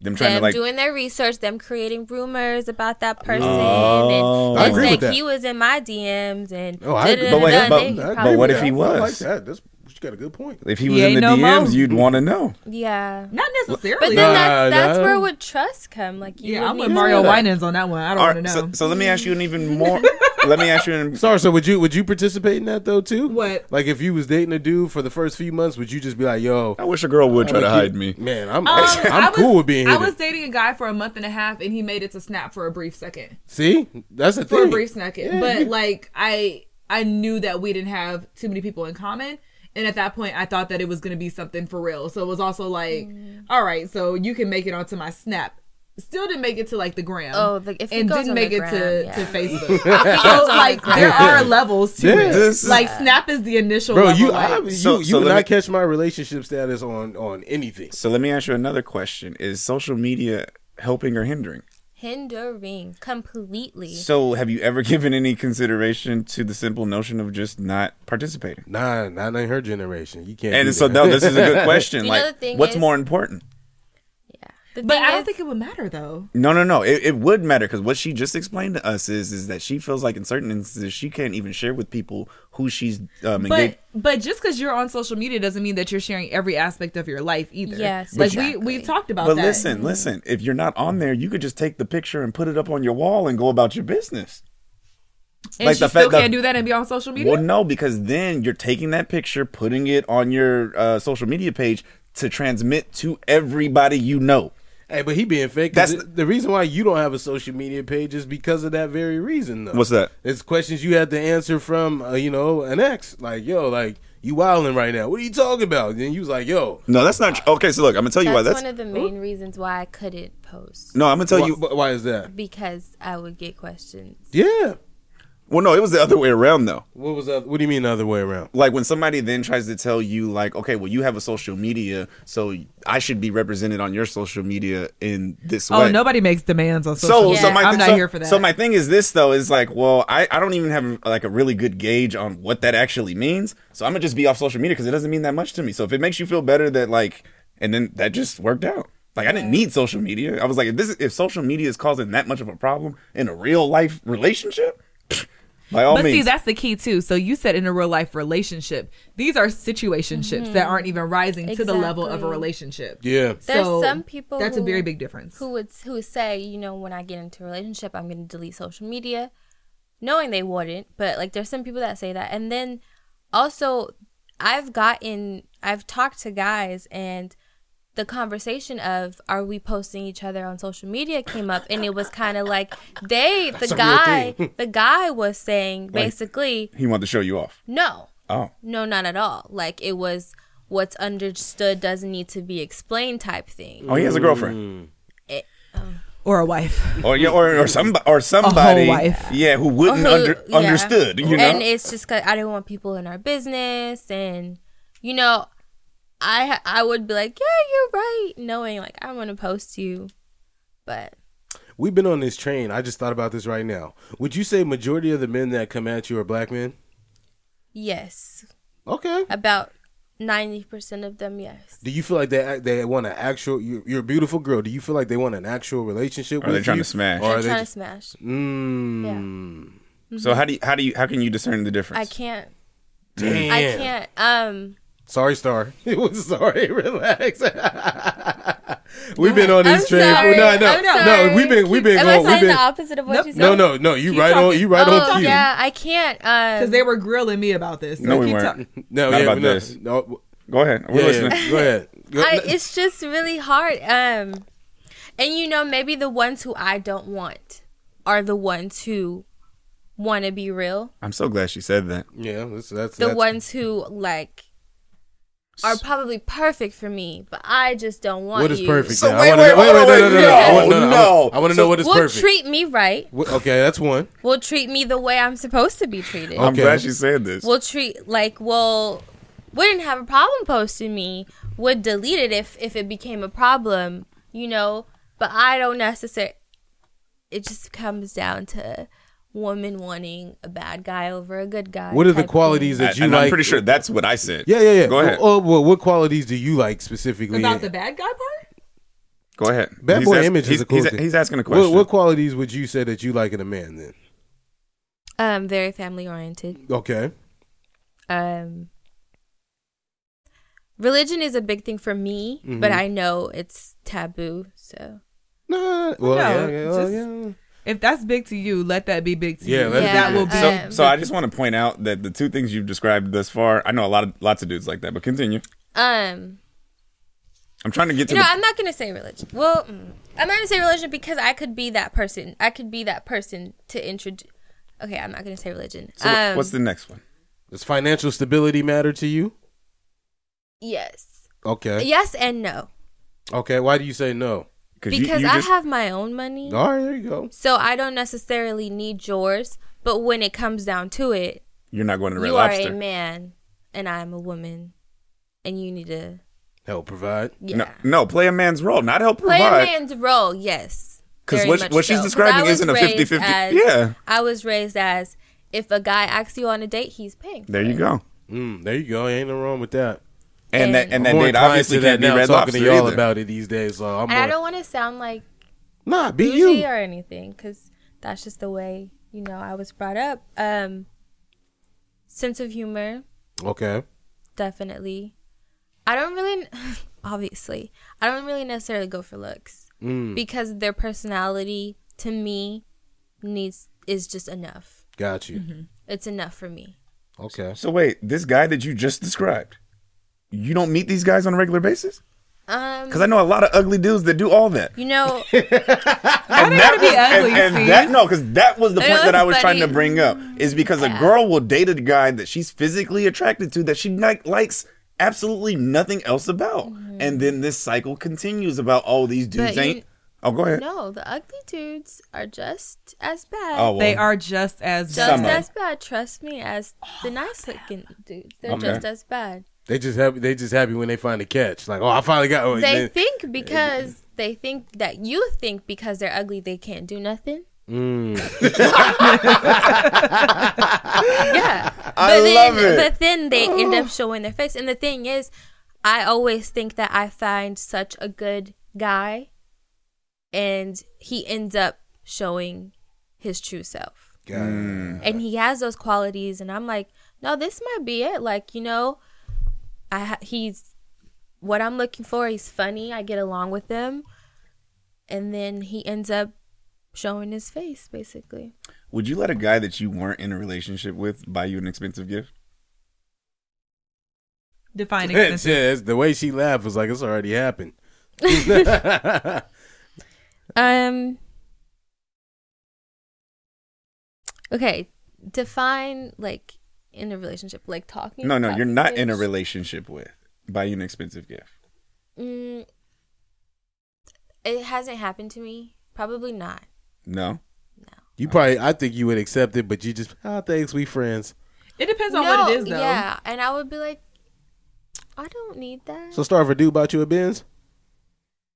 Them trying
them
to like
doing their research, them creating rumors about that person,
Oh.
and
I
it's
agree
like
with that.
he was in my DMs, and
Oh, I agree.
But wait,
da-da-da-da,
but-
they
but what
could probably-
if he
I like
was?
that. That's you got a good point.
if he was
He
in the
ain't no
DMs,
mo.
you'd want to know.
yeah.
Not necessarily.
But
Nah,
then that's, that's
nah.
where would trust come? Like you
yeah,
would
I'm
need
with
to-
Mario Winans on that one. I don't
All
want to
right,
know.
so, so let me ask you an even more. let me ask you an
Sorry, so would you would you participate in that though too?
What?
Like if you was dating a dude for the first few months, would you just be like, yo,
I wish a girl would try to
like,
hide
you-
me.
Man,
Um,
I'm I'm
I was-
cool with being
I
hidden.
was dating a guy for a month and a half, and he made it to Snap for a brief second.
See, that's the
For
thing.
a brief second,
Yeah,
but
you-
like I, I knew that we didn't have too many people in common, and at that point, I thought that it was going to be something for real. So it was also like,
Mm.
all right, so you can make it onto my Snap. Still didn't make it to like the gram.
Oh, the- if it
and
goes
didn't
on
make
the
it to,
gram,
to
yeah.
Facebook. so like there are levels to
Yeah.
it.
This is-
like Snap is the initial.
Bro,
level,
you
like-
I, you,
So-
you
so
would
let
not
me-
catch my relationship status on on anything.
So let me ask you another question: Is social media helping or hindering?
hindering completely.
So have you ever given any consideration to the simple notion of just not participating?
Nah, not in her generation. You can't. do
And so
that.
no, this is a good question.
You know the
like,
thing
what's
is-
more important?
yeah, The
but
thing
I don't
is-
think it would matter though.
No, no, no. It, it would matter because what she just explained to us is is that she feels like in certain instances she can't even share with people who she's um, engaged.
But but just because you're on social media doesn't mean that you're sharing every aspect of your life either.
Yes,
like we
exactly.
we talked about
But
that.
Mm-hmm.
listen, listen. If you're not on there, you could just take the picture and put it up on your wall and go about your business.
and
like
she
the fact
still
that-
can't do that and be on social media.
Well, no, because then you're taking that picture, putting it on your uh, social media page to transmit to everybody you know.
Hey, but he being fake.
That's
That's the, the reason why you don't have a social media page is because of that very reason. Though.
What's that?
It's questions you had to answer from uh, you know an ex. Like yo, like you wilding right now. What are you talking about? Then you was like, yo,
No, that's not tr- okay. So look, I'm gonna tell you
that's,
why. That's
one of the main reasons why I couldn't post
no, I'm gonna tell
why,
you.
wh- why is that?
because I would get questions.
Yeah.
Well, no, it was the other way around though.
What was that? What do you mean the other way around?
Like when somebody then tries to tell you, like, okay, well, you have a social media, so I should be represented on your social media in this
oh,
way.
nobody makes demands on social.
so,
media.
so my
I'm
thi-
not
so-
here for that.
So my thing is this though is like, well, I, I don't even have like a really good gauge on what that actually means. So I'm gonna just be off social media because it doesn't mean that much to me. So if it makes you feel better that like, and then that just worked out. Like I didn't need social media. I was like, if this if social media is causing that much of a problem in a real life relationship, by all
but
means.
see, that's the key too. So you said in a real life relationship, these are situationships that aren't even rising to the level of a
Exactly.
relationship.
Yeah.
There's
So
some people
that's a
who-
very big difference.
who would who would say, you know, when I get into a relationship, I'm going to delete social media, knowing they wouldn't. But like, there's some people that say that, and then also, I've gotten, I've talked to guys, and the conversation of are we posting each other on social media came up, and it was kind of like they, the
a real
guy,
thing.
the guy was saying basically,
he wanted to show you off.
no,
Oh.
no, not at all. Like it was. What's
Oh.
understood doesn't need to be explained, type thing.
Mm.
Oh, he has a girlfriend.
It- um,
or a wife.
or yeah, or or somebody or somebody,
wife.
yeah, who wouldn't
Who-
under,
yeah.
understood, you know.
And it's just because I didn't want people in our business, and you know, I ha- I would be like, yeah, you're right, knowing like I'm gonna post you, but
We've been on this train. I just thought about this right now. Would you say majority of the men that come at you are black men?
yes,
Okay.
about ninety percent of them, yes.
Do you feel like they they want an actual? you- You're a beautiful girl. Do you feel like they want an actual relationship?
Or are they
with
trying
you?
to smash?
Or
I'm
are they?
trying to
Just,
smash.
mm,
so how do you, how do you how can you discern the difference?
I can't.
Damn.
I can't. Um,
Sorry, Star. It was sorry. Relax. we've been on this
I'm
train.
sorry.
no, no,
I'm sorry.
no. We've been we've been
am
going.
I
We've
saying
been
the opposite of what you said?
no, no, no. You right on. You right
oh,
on cue.
yeah, I can't.
Because
Um,
they were grilling me about this. So
No, we
keep
weren't.
talk-
No,
Not
yeah,
about
no,
this.
no,
Go ahead, we're
yeah,
listening.
yeah, Go ahead. Go-
I, it's just really hard. Um, and you know, maybe the ones who I don't want are the ones who want to be real.
I'm so glad she said that.
yeah, that's that's
The
that's-
ones who like are probably perfect for me, but I just don't want
What is
you.
perfect?
So
now?
wait,
I wanna
wait,
know-
hold on, wait,
I
no,
wanna know- I
no.
wanna- I want to know what is
will
perfect.
treat me right.
Wh- okay, that's one.
Will treat me the way I'm supposed to be treated.
I'm
Okay.
glad she said this.
will treat like will wouldn't have a problem posting me would delete it if if it became a problem you know but i don't necessarily it just comes down to woman wanting a bad guy over a good guy
What are the
type
qualities
thing.
that you
and
like?
I'm pretty sure that's what I said.
Yeah, yeah, yeah.
Go ahead.
Oh, well, what qualities do you like specifically?
About the bad guy part?
Go ahead.
Bad boy
ask-
image
he's,
is a cool
he's,
thing.
he's asking a
What-
question.
What, qualities would you say that you like in a man then?
um very family oriented
Okay.
um religion is a big thing for me
Mm-hmm.
but i know it's taboo so
Nah, well, yeah, yeah, well,
just-
yeah.
If that's big to you, let that be big to
Yeah,
you.
let it be
that
big
will
to
be.
you.
so,
Um,
so I just want to point out that the two things you've described thus far, I know a lot of lots of dudes like that, but continue.
um
I'm trying to get to
You know,
the.
I'm not gonna say religion. Well, mm, I'm not gonna say religion because I could be that person. I could be that person to introduce. Okay, I'm not gonna say religion.
so
um,
what's the next one?
Does financial stability matter to you?
yes,
eh?
Okay.
yes and no
Okay. Why do you say no?
you,
because
you
I
just,
have my own money,
All right, there you go.
so I don't necessarily need yours. But when it comes down to it,
you're not going to Red
you
Lobster.
are a man and I'm a woman, and you need to
Help provide.
yeah
No, no, play a man's role, not help
play a
provide.
man's role. Yes,
Because
very
what,
much
what she's
so. 'Cause I
describing
was
isn't a
raised
50 50.
as-
Yeah.
I was raised as if a guy asks you on a date, he's paying. for
There you
it.
go.
Mm, there you go. Ain't no wrong with that.
And, that and
And-
that
More
date
inclined
obviously
to that
can't be
now,
Red
talking
Lobster
to y'all
either.
about it these days. So I'm
And I
more,
don't want to sound like
nah, be
bougie
you.
or anything because that's just the way you know I was brought up. Um, sense of humor,
Okay.
definitely. I don't really, obviously, I don't really necessarily go for looks
Mm,
because their personality to me needs is just enough.
got you.
It's enough for me.
Okay.
So wait, this guy that you just described, you don't meet these guys on a regular basis?
Um,
Because I know a lot of ugly dudes that do all that.
you know,
And
they
that
gotta be
was- and-
ugly,
and,
Steve?
that no, because that was the
I
point
know
that I
it's
was trying to
funny.
bring up is because a girl will date a guy that she's physically attracted to that she like, likes absolutely nothing else about, and then this cycle continues about oh these dudes
But you-
ain't. oh, go ahead.
no, the ugly dudes are just as bad.
oh, well,
They are just as
Just
Some of
as bad, trust me, as the nice looking dudes. They're
Okay.
just as bad.
They just happy. They just happy when they find a catch. Like, oh, I finally got. Oh,
They
then-
think because they think that you think because they're ugly they can't do nothing.
Mm.
yeah. But
I
then,
love it.
But then they end up showing their face. And the thing is, I always think that I find such a good guy and he ends up showing his true self.
Got it.
and he has those qualities and i'm like no this might be it like you know i ha- he's what i'm looking for he's funny i get along with him and then he ends up showing his face basically
Would you let a guy that you weren't in a relationship with buy you an expensive gift?
defining.
Yeah, it's- the way she laughed was like it's already happened. okay,
um okay define like in a relationship like talking
No, no, you're
talking
not in a
stage.
relationship with buy you an expensive gift.
Mm, it hasn't happened to me Probably not.
No.
You probably, I think you would accept it, but you just, ah, thanks, we friends.
It depends
No,
on what it is, though.
yeah, and I would be like, I don't need that.
So, Starver, dude bought you a Benz?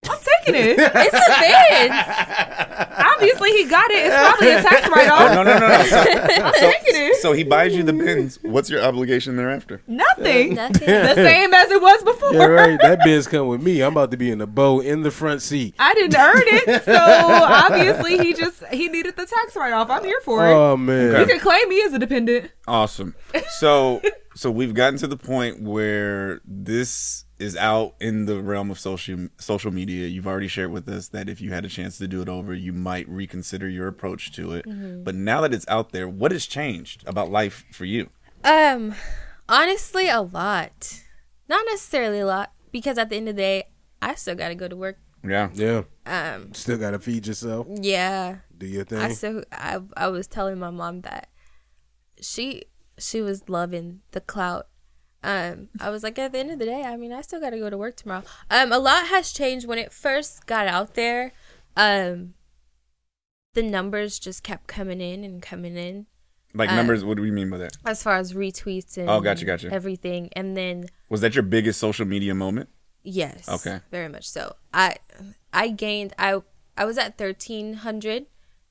I'm taking it.
it's a bitch.
Obviously, he got it. It's probably a tax write-off.
No, no, no, no. So,
I'm
so,
taking it.
so he buys you the bins. What's your obligation thereafter?
Nothing.
Nothing.
The same as it was before.
Yeah, right. That Benz come with me. I'm about to be in the boat in the front seat.
I didn't earn it, so obviously he just he needed the tax write-off. I'm here for it.
Oh, man.
You can claim me as a dependent.
Awesome. So so we've gotten to the point where this is out in the realm of social social media. You've already shared with us that if you had a chance to do it over, you might reconsider your approach to it.
Mm-hmm.
But now that it's out there, what has changed about life for you?
Um, honestly, a lot. Not necessarily a lot, because at the end of the day, I still gotta go to work.
Yeah.
Yeah.
Um,
Still got to feed yourself.
yeah.
Do your
I
thing.
still, I, I was telling my mom that she, she was loving the clout. Um, I was like, at the end of the day, I mean, I still gotta go to work tomorrow. Um, a lot has changed when it first got out there. Um, the numbers just kept coming in and coming in
Like
Uh,
numbers, what do we mean by that?
as far as retweets and
Oh, gotcha, gotcha.
everything, and then
Was that your biggest social media moment?
Yes.
Okay.
Very much so. I I gained I I was at thirteen hundred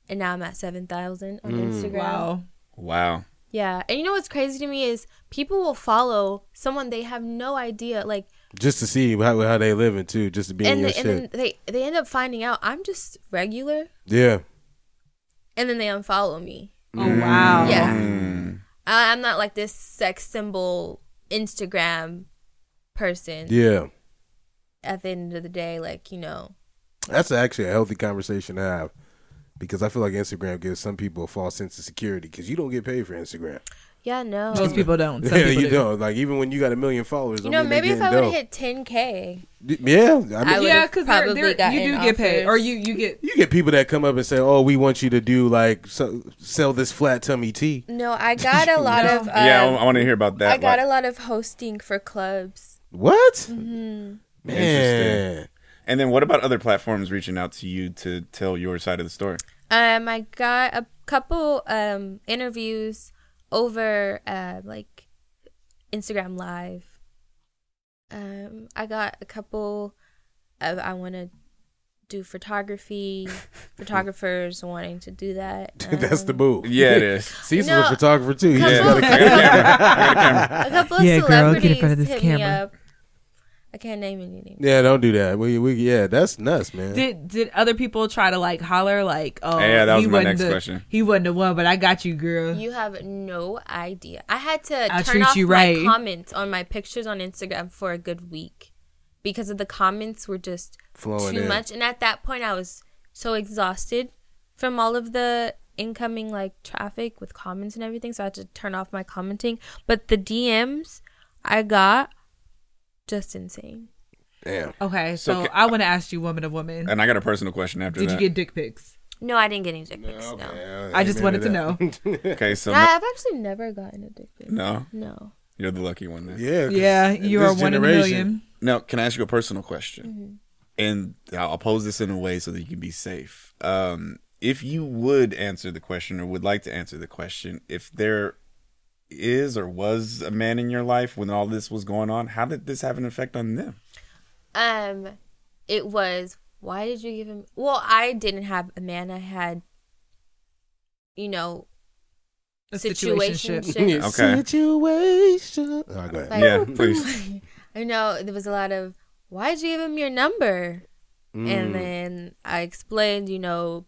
and now I'm at seven thousand on
Mm.
Instagram.
Wow.
Wow.
Yeah. And you know what's crazy to me is people will follow someone they have no idea like
Just to see how, how they living, too. Just to be in
and
your
they,
shit.
and then they they end up finding out I'm just regular
yeah.
and then they unfollow me.
Oh
Mm.
wow.
Yeah. I, I'm not like this sex symbol Instagram person
Yeah.
at the end of the day like you know
That's actually a healthy conversation to have because I feel like Instagram gives some people a false sense of security because you don't get paid for Instagram.
yeah no
Most people don't. Some
Yeah,
people
you
do.
don't. Like, even when you got a million followers,
you
I
know
mean,
maybe
they
if I would
getting
have hit 10k
dough. Yeah. I mean,
I would
Yeah,
have
because they're,
probably
they're-
gotten
you do get paid,
offers.
or you you get.
you get people that come up and say, "Oh, we want you to do like so, sell this flat tummy tea."
No, I got a lot of. Um,
yeah, I, want to hear about that.
I got
Like-
a lot of hosting for clubs.
What? Man,
Interesting. and then what about other platforms reaching out to you to tell your side of the story?
Um, I got a couple um interviews over uh like Instagram Live. Um, I got a couple of I want to do photography. photographers wanting to do that.
that's the
Um,
move.
Yeah, it is.
Cecil's
No.
a photographer too. He
Couple-
just got a
I got a camera. I got a camera.
A couple of
Yeah, girl,
celebrities
get in front of this
hit me
camera.
up. I can't name any names.
yeah, don't do that. We, we, yeah, that's nuts, man.
Did did other people try to like holler like oh
Yeah, that was
he
my
wasn't
next
the-
question.
He wasn't the one, but I got you, girl.
You have no idea. I had to
I
turn
treat
off
you
my
right.
comments on my pictures on Instagram for a good week because of the comments were just
Oh,
Flowing
too
in.
much. And at that point, I was so exhausted from all of the incoming like traffic with comments and everything, so I had to turn off my commenting. But the DMs I got just insane.
Damn.
okay, so,
So ca-
I want to ask you, woman of woman,
And I got a personal question after
did
that.
you get dick pics?
No, I didn't get any dick pics. No,
I just wanted to know.
okay, so
I- I've actually never gotten a dick pic.
no,
No.
you're the lucky one then.
Yeah, 'cause
yeah,
in
you
this
are one in a
generation-
million.
Now, can I ask you a personal
Mm-hmm.
question? And I'll pose this in a way so that you can be safe. Um, if you would answer the question or would like to answer the question, if there is or was a man in your life when all this was going on, how did this have an effect on them?
Um, it was why did you give him? Well, I didn't have a man. I had, you know,
A
situationship.
situationship.
Okay.
Situation. Oh, go ahead.
Like,
Yeah, please.
I know there was a lot of why did you give him your number?
Mm.
Mm.
And then I explained, you know,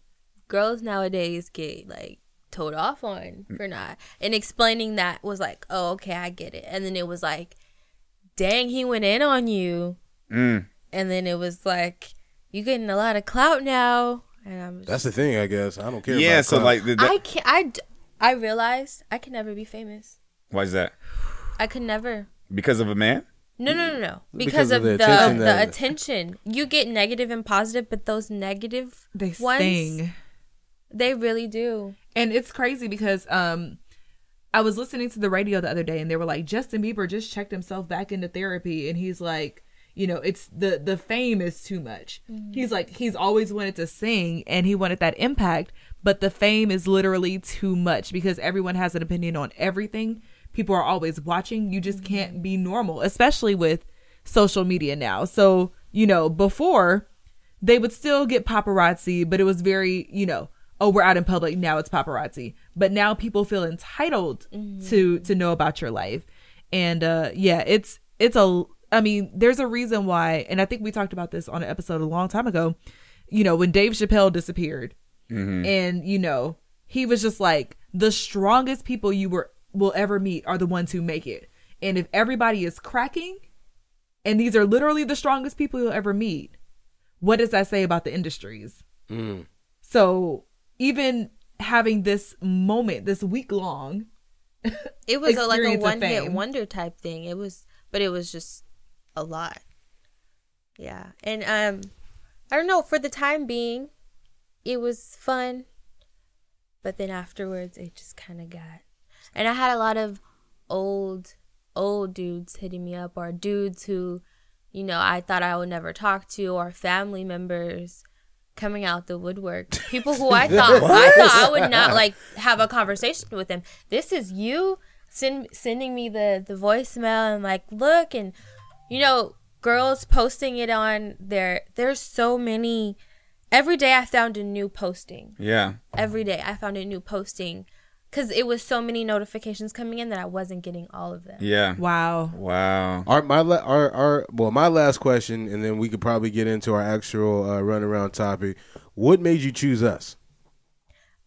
girls nowadays get like told off on
Mm.
for not. And explaining that was like, oh, okay, I get it. And then it was like, dang, he went in on you.
Mm.
And then it was like, you getting a lot of clout now. And I'm just
That's the thing, I guess. I don't care.
Yeah,
about
so
clout.
like, the,
I can I d- I realized I can never be famous.
why is that?
I could never.
Because of a man?
No, no, no, no.
Because
Because,
of
of,
the
the
attention
of the
that-
attention, you get negative and positive, but those negative
They
ones,
sting.
they really do.
And it's crazy because um I was listening to the radio the other day and they were like Justin Bieber just checked himself back into therapy and he's like you know it's the the fame is too much he's like he's always wanted to sing and he wanted that impact but the fame is literally too much because everyone has an opinion on everything people are always watching you just can't be normal especially with social media now so you know before they would still get paparazzi, but it was very, you know, oh, we're out in public now it's paparazzi. But now people feel entitled to to know about your life. And uh yeah, it's it's a I mean, there's a reason why and I think we talked about this on an episode a long time ago, you know, when Dave Chappelle disappeared and you know, he was just like the strongest people you were will ever meet are the ones who make it. And if everybody is cracking and these are literally the strongest people you'll ever meet, what does that say about the industries?
Mm.
So even having this moment, this week long,
It was a, like a
Experience of
one hit
fame.
wonder type thing. It was, but it was just a lot. Yeah, and um, I don't know. For the time being, it was fun, but then afterwards, it just kind of got. And I had a lot of old, old dudes hitting me up, or dudes who, you know, I thought I would never talk to, or family members coming out the woodwork. People who I thought I thought I would not like have a conversation with them. This is you send, sending me the the voicemail and like look and you know girls posting it on their there's so many every day I found a new posting.
Yeah.
Every day I found a new posting cuz it was so many notifications coming in that I wasn't getting all of them.
Yeah.
wow.
Wow.
Our my la- our our well, my last question, and then we could probably get into our actual uh, runaround topic. What made you choose us?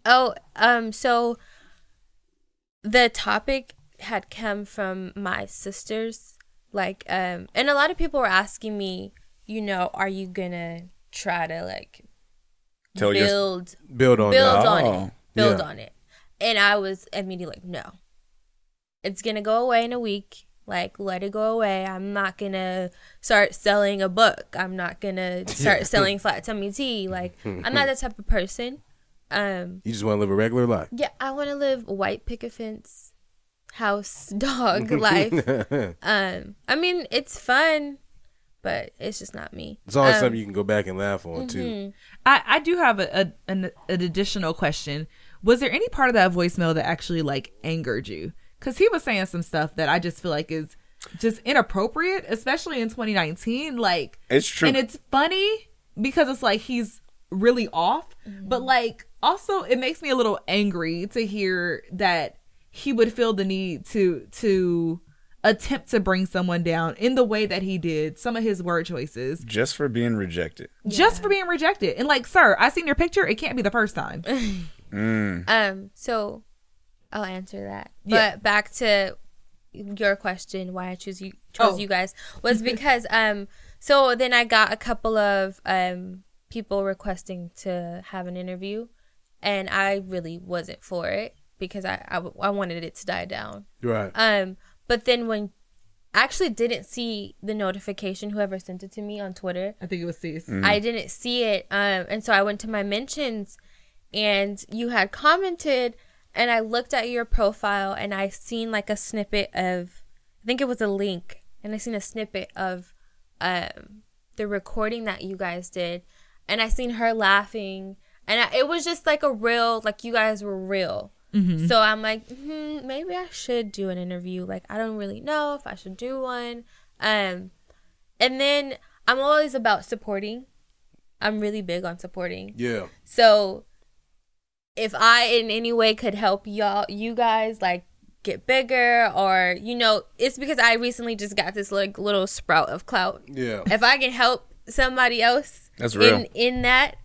Oh, um, so the topic had come from my sisters, like, um, and a lot of people were asking me, you know, are you gonna try to like
Tell your-
build
Build on
build
that.
on
Oh,
it, build
yeah.
on it, and I was immediately like, no, it's gonna go away in a week. Like, let it go away. I'm not gonna start selling a book. I'm not gonna start selling flat tummy tea. Like, I'm not that type of person. Um,
You just want to live a regular life.
yeah, I want to live white picket fence, house, dog life. um, I mean, it's fun, but it's just not me.
It's always
Um, mm-hmm.
something you can go back and laugh on too.
I, I do have a, a an, an additional question. Was there any part of that voicemail that actually like angered you? Because he was saying some stuff that I just feel like is just inappropriate, especially in 2019. Like
It's true.
and it's funny because it's like he's really off, but like also it makes me a little angry to hear that he would feel the need to to attempt to bring someone down in the way that he did. Some of his word choices
Just for being rejected.
just for being rejected. And like, sir, I seen your picture. It can't be the first time.
Um, so I'll answer that.
Yeah.
But back to your question, why I choose you chose
Oh.
you guys was because um, so then I got a couple of um people requesting to have an interview, and I really wasn't for it because I I, w- I wanted it to die down.
Right.
Um, but then when I actually didn't see the notification, whoever sent it to me on Twitter,
I think it was Cease.
I didn't see it. Um, and so I went to my mentions, and you had commented, and I looked at your profile, and I seen like a snippet of, I think it was a link, and I seen a snippet of, um, the recording that you guys did, and I seen her laughing, and I, it was just like a real, like you guys were real. So I'm like, hmm, maybe I should do an interview. Like I don't really know if I should do one. Um, and then I'm always about supporting. I'm really big on supporting.
yeah.
So if I in any way could help y'all you guys like get bigger or you know, it's because I recently just got this like little sprout of clout.
Yeah.
If I can help somebody else
That's real.
in in that,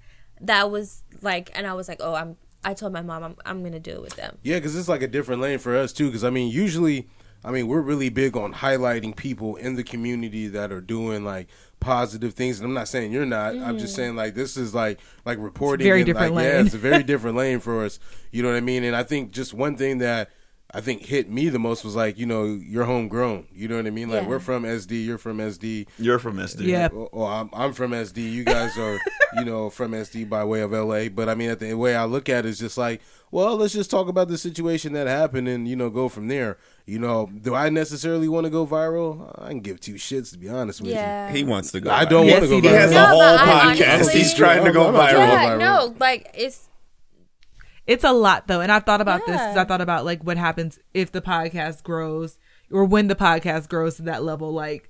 that was like and I was like, "Oh, I'm I told my mom I'm I'm going to do it with them."
Yeah, because it's like a different lane for us too. Because I mean, usually, I mean, we're really big on highlighting people in the community that are doing like positive things. And I'm not saying you're not. I'm just saying like this is like like reporting.
Mm. very
and,
different
like, Yeah,
lane.
it's a very different lane for us. You know what I mean? And I think just one thing that I think hit me the most was like, you know, you're homegrown. You know what I mean? Like
Yeah.
we're from SD, you're from SD.
You're from SD.
Yeah.
Or, or I'm, I'm from SD. You guys are, you know, from SD by way of LA. But I mean, at the way I look at it is just like, well, let's just talk about the situation that happened and you know go from there. You know, do I necessarily want to go viral? I can give two shits to be honest with
Yeah.
He wants to go.
you. I
viral.
don't
Yes,
want to go
he does.
He
viral.
has
No,
a whole
but I
podcast.
honestly-
He's trying to go
I'm not
viral.
trying to
Yeah,
viral.
no, like it's
It's a lot though, and I've thought about this.
Yeah.
'cause I thought about like what happens if the podcast grows or when the podcast grows to that level. Like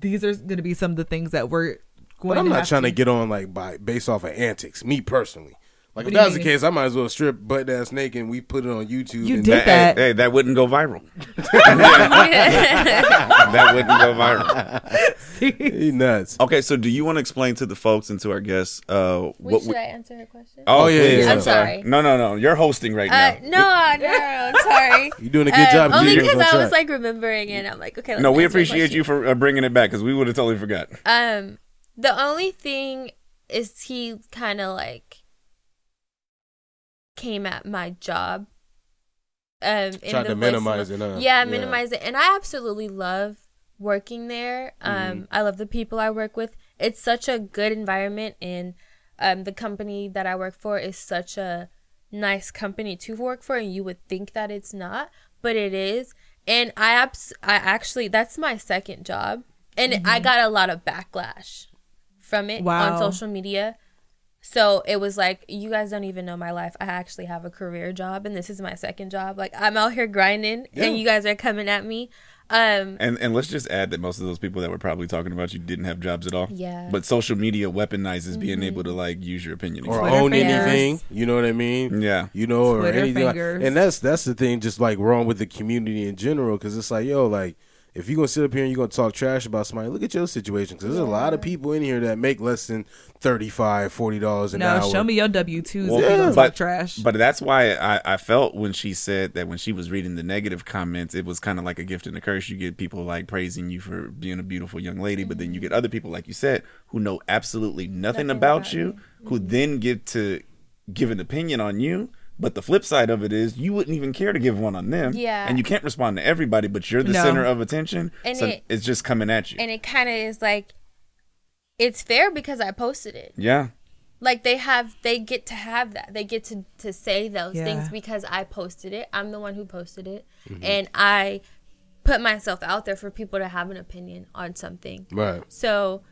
these are going to be some of the things that we're going.
But I'm
to
not
have
trying to get on like by based off of antics. Me personally, like if
do you
that was the
mean?
case, I might as well strip butt ass naked. and We put it on YouTube.
You
and
did.
Hey,
that.
hey, that wouldn't go viral. That wouldn't go viral.
He nuts.
Okay, so do you want to explain to the folks and to our guests uh,
Wait,
what
should
we-
I answer her question?
Oh,
Oh, yeah,
please,
yeah.
I'm sorry.
No, no, no. You're hosting right
Uh,
now.
no, no, no, no, sorry.
You doing a good
Uh,
job.
Only
keeping us
because
on
I was
track.
like remembering, and I'm like, okay. Let's
No, we
answer the
appreciate
question.
you for uh, bringing it back because we would have totally forgot.
Um, the only thing is he kind of like came at my job. Um, in
Tried
the
to
voicemail.
minimize it, huh? Yeah.
Yeah, minimize it, and I absolutely love working there. Um,
Mm-hmm.
I love the people I work with. It's such a good environment, and um, the company that I work for is such a nice company to work for, and you would think that it's not, but it is. And I abs- I actually that's my second job, and
Mm-hmm.
I got a lot of backlash from it
Wow.
on social media. So it was like, you guys don't even know my life. I actually have a career job, and this is my second job. Like I'm out here grinding, and you guys are coming at me. Um,
And and let's just add that most of those people that were probably talking about you didn't have jobs at all.
Yeah. Mm-hmm.
But social media weaponizes being able to like use your opinion.
or
Twitter
own
fingers.
anything. You know what I mean?
Yeah.
You know, or
Twitter
anything. like-
fingers.
and that's that's the thing, just like wrong with the community in general, because it's like, yo, like if you're gonna sit up here and you're gonna talk trash about somebody, look at your situation, because there's a lot of people in here that make less than 35 dollars an
No,
hour.
show me your W twos.
Well,
yeah,
but,
trash.
but that's why I, I felt when she said that when she was reading the negative comments, it was kind of like a gift and a curse. You get people like praising you for being a beautiful young lady, but then you get other people, like you said, who know absolutely nothing, about, you, who then get to give an opinion on you. But the flip side of it is you wouldn't even care to give one on them.
Yeah.
And you can't respond to everybody, but you're the
No.
center of attention.
And
so
it-
it's just coming at you.
and it kind of is like, it's fair because I posted it.
yeah.
like they have they get to have that they get to to say those
Yeah.
things because i posted it i'm the one who posted it and i put myself out there for people to have an opinion on something
Right.
so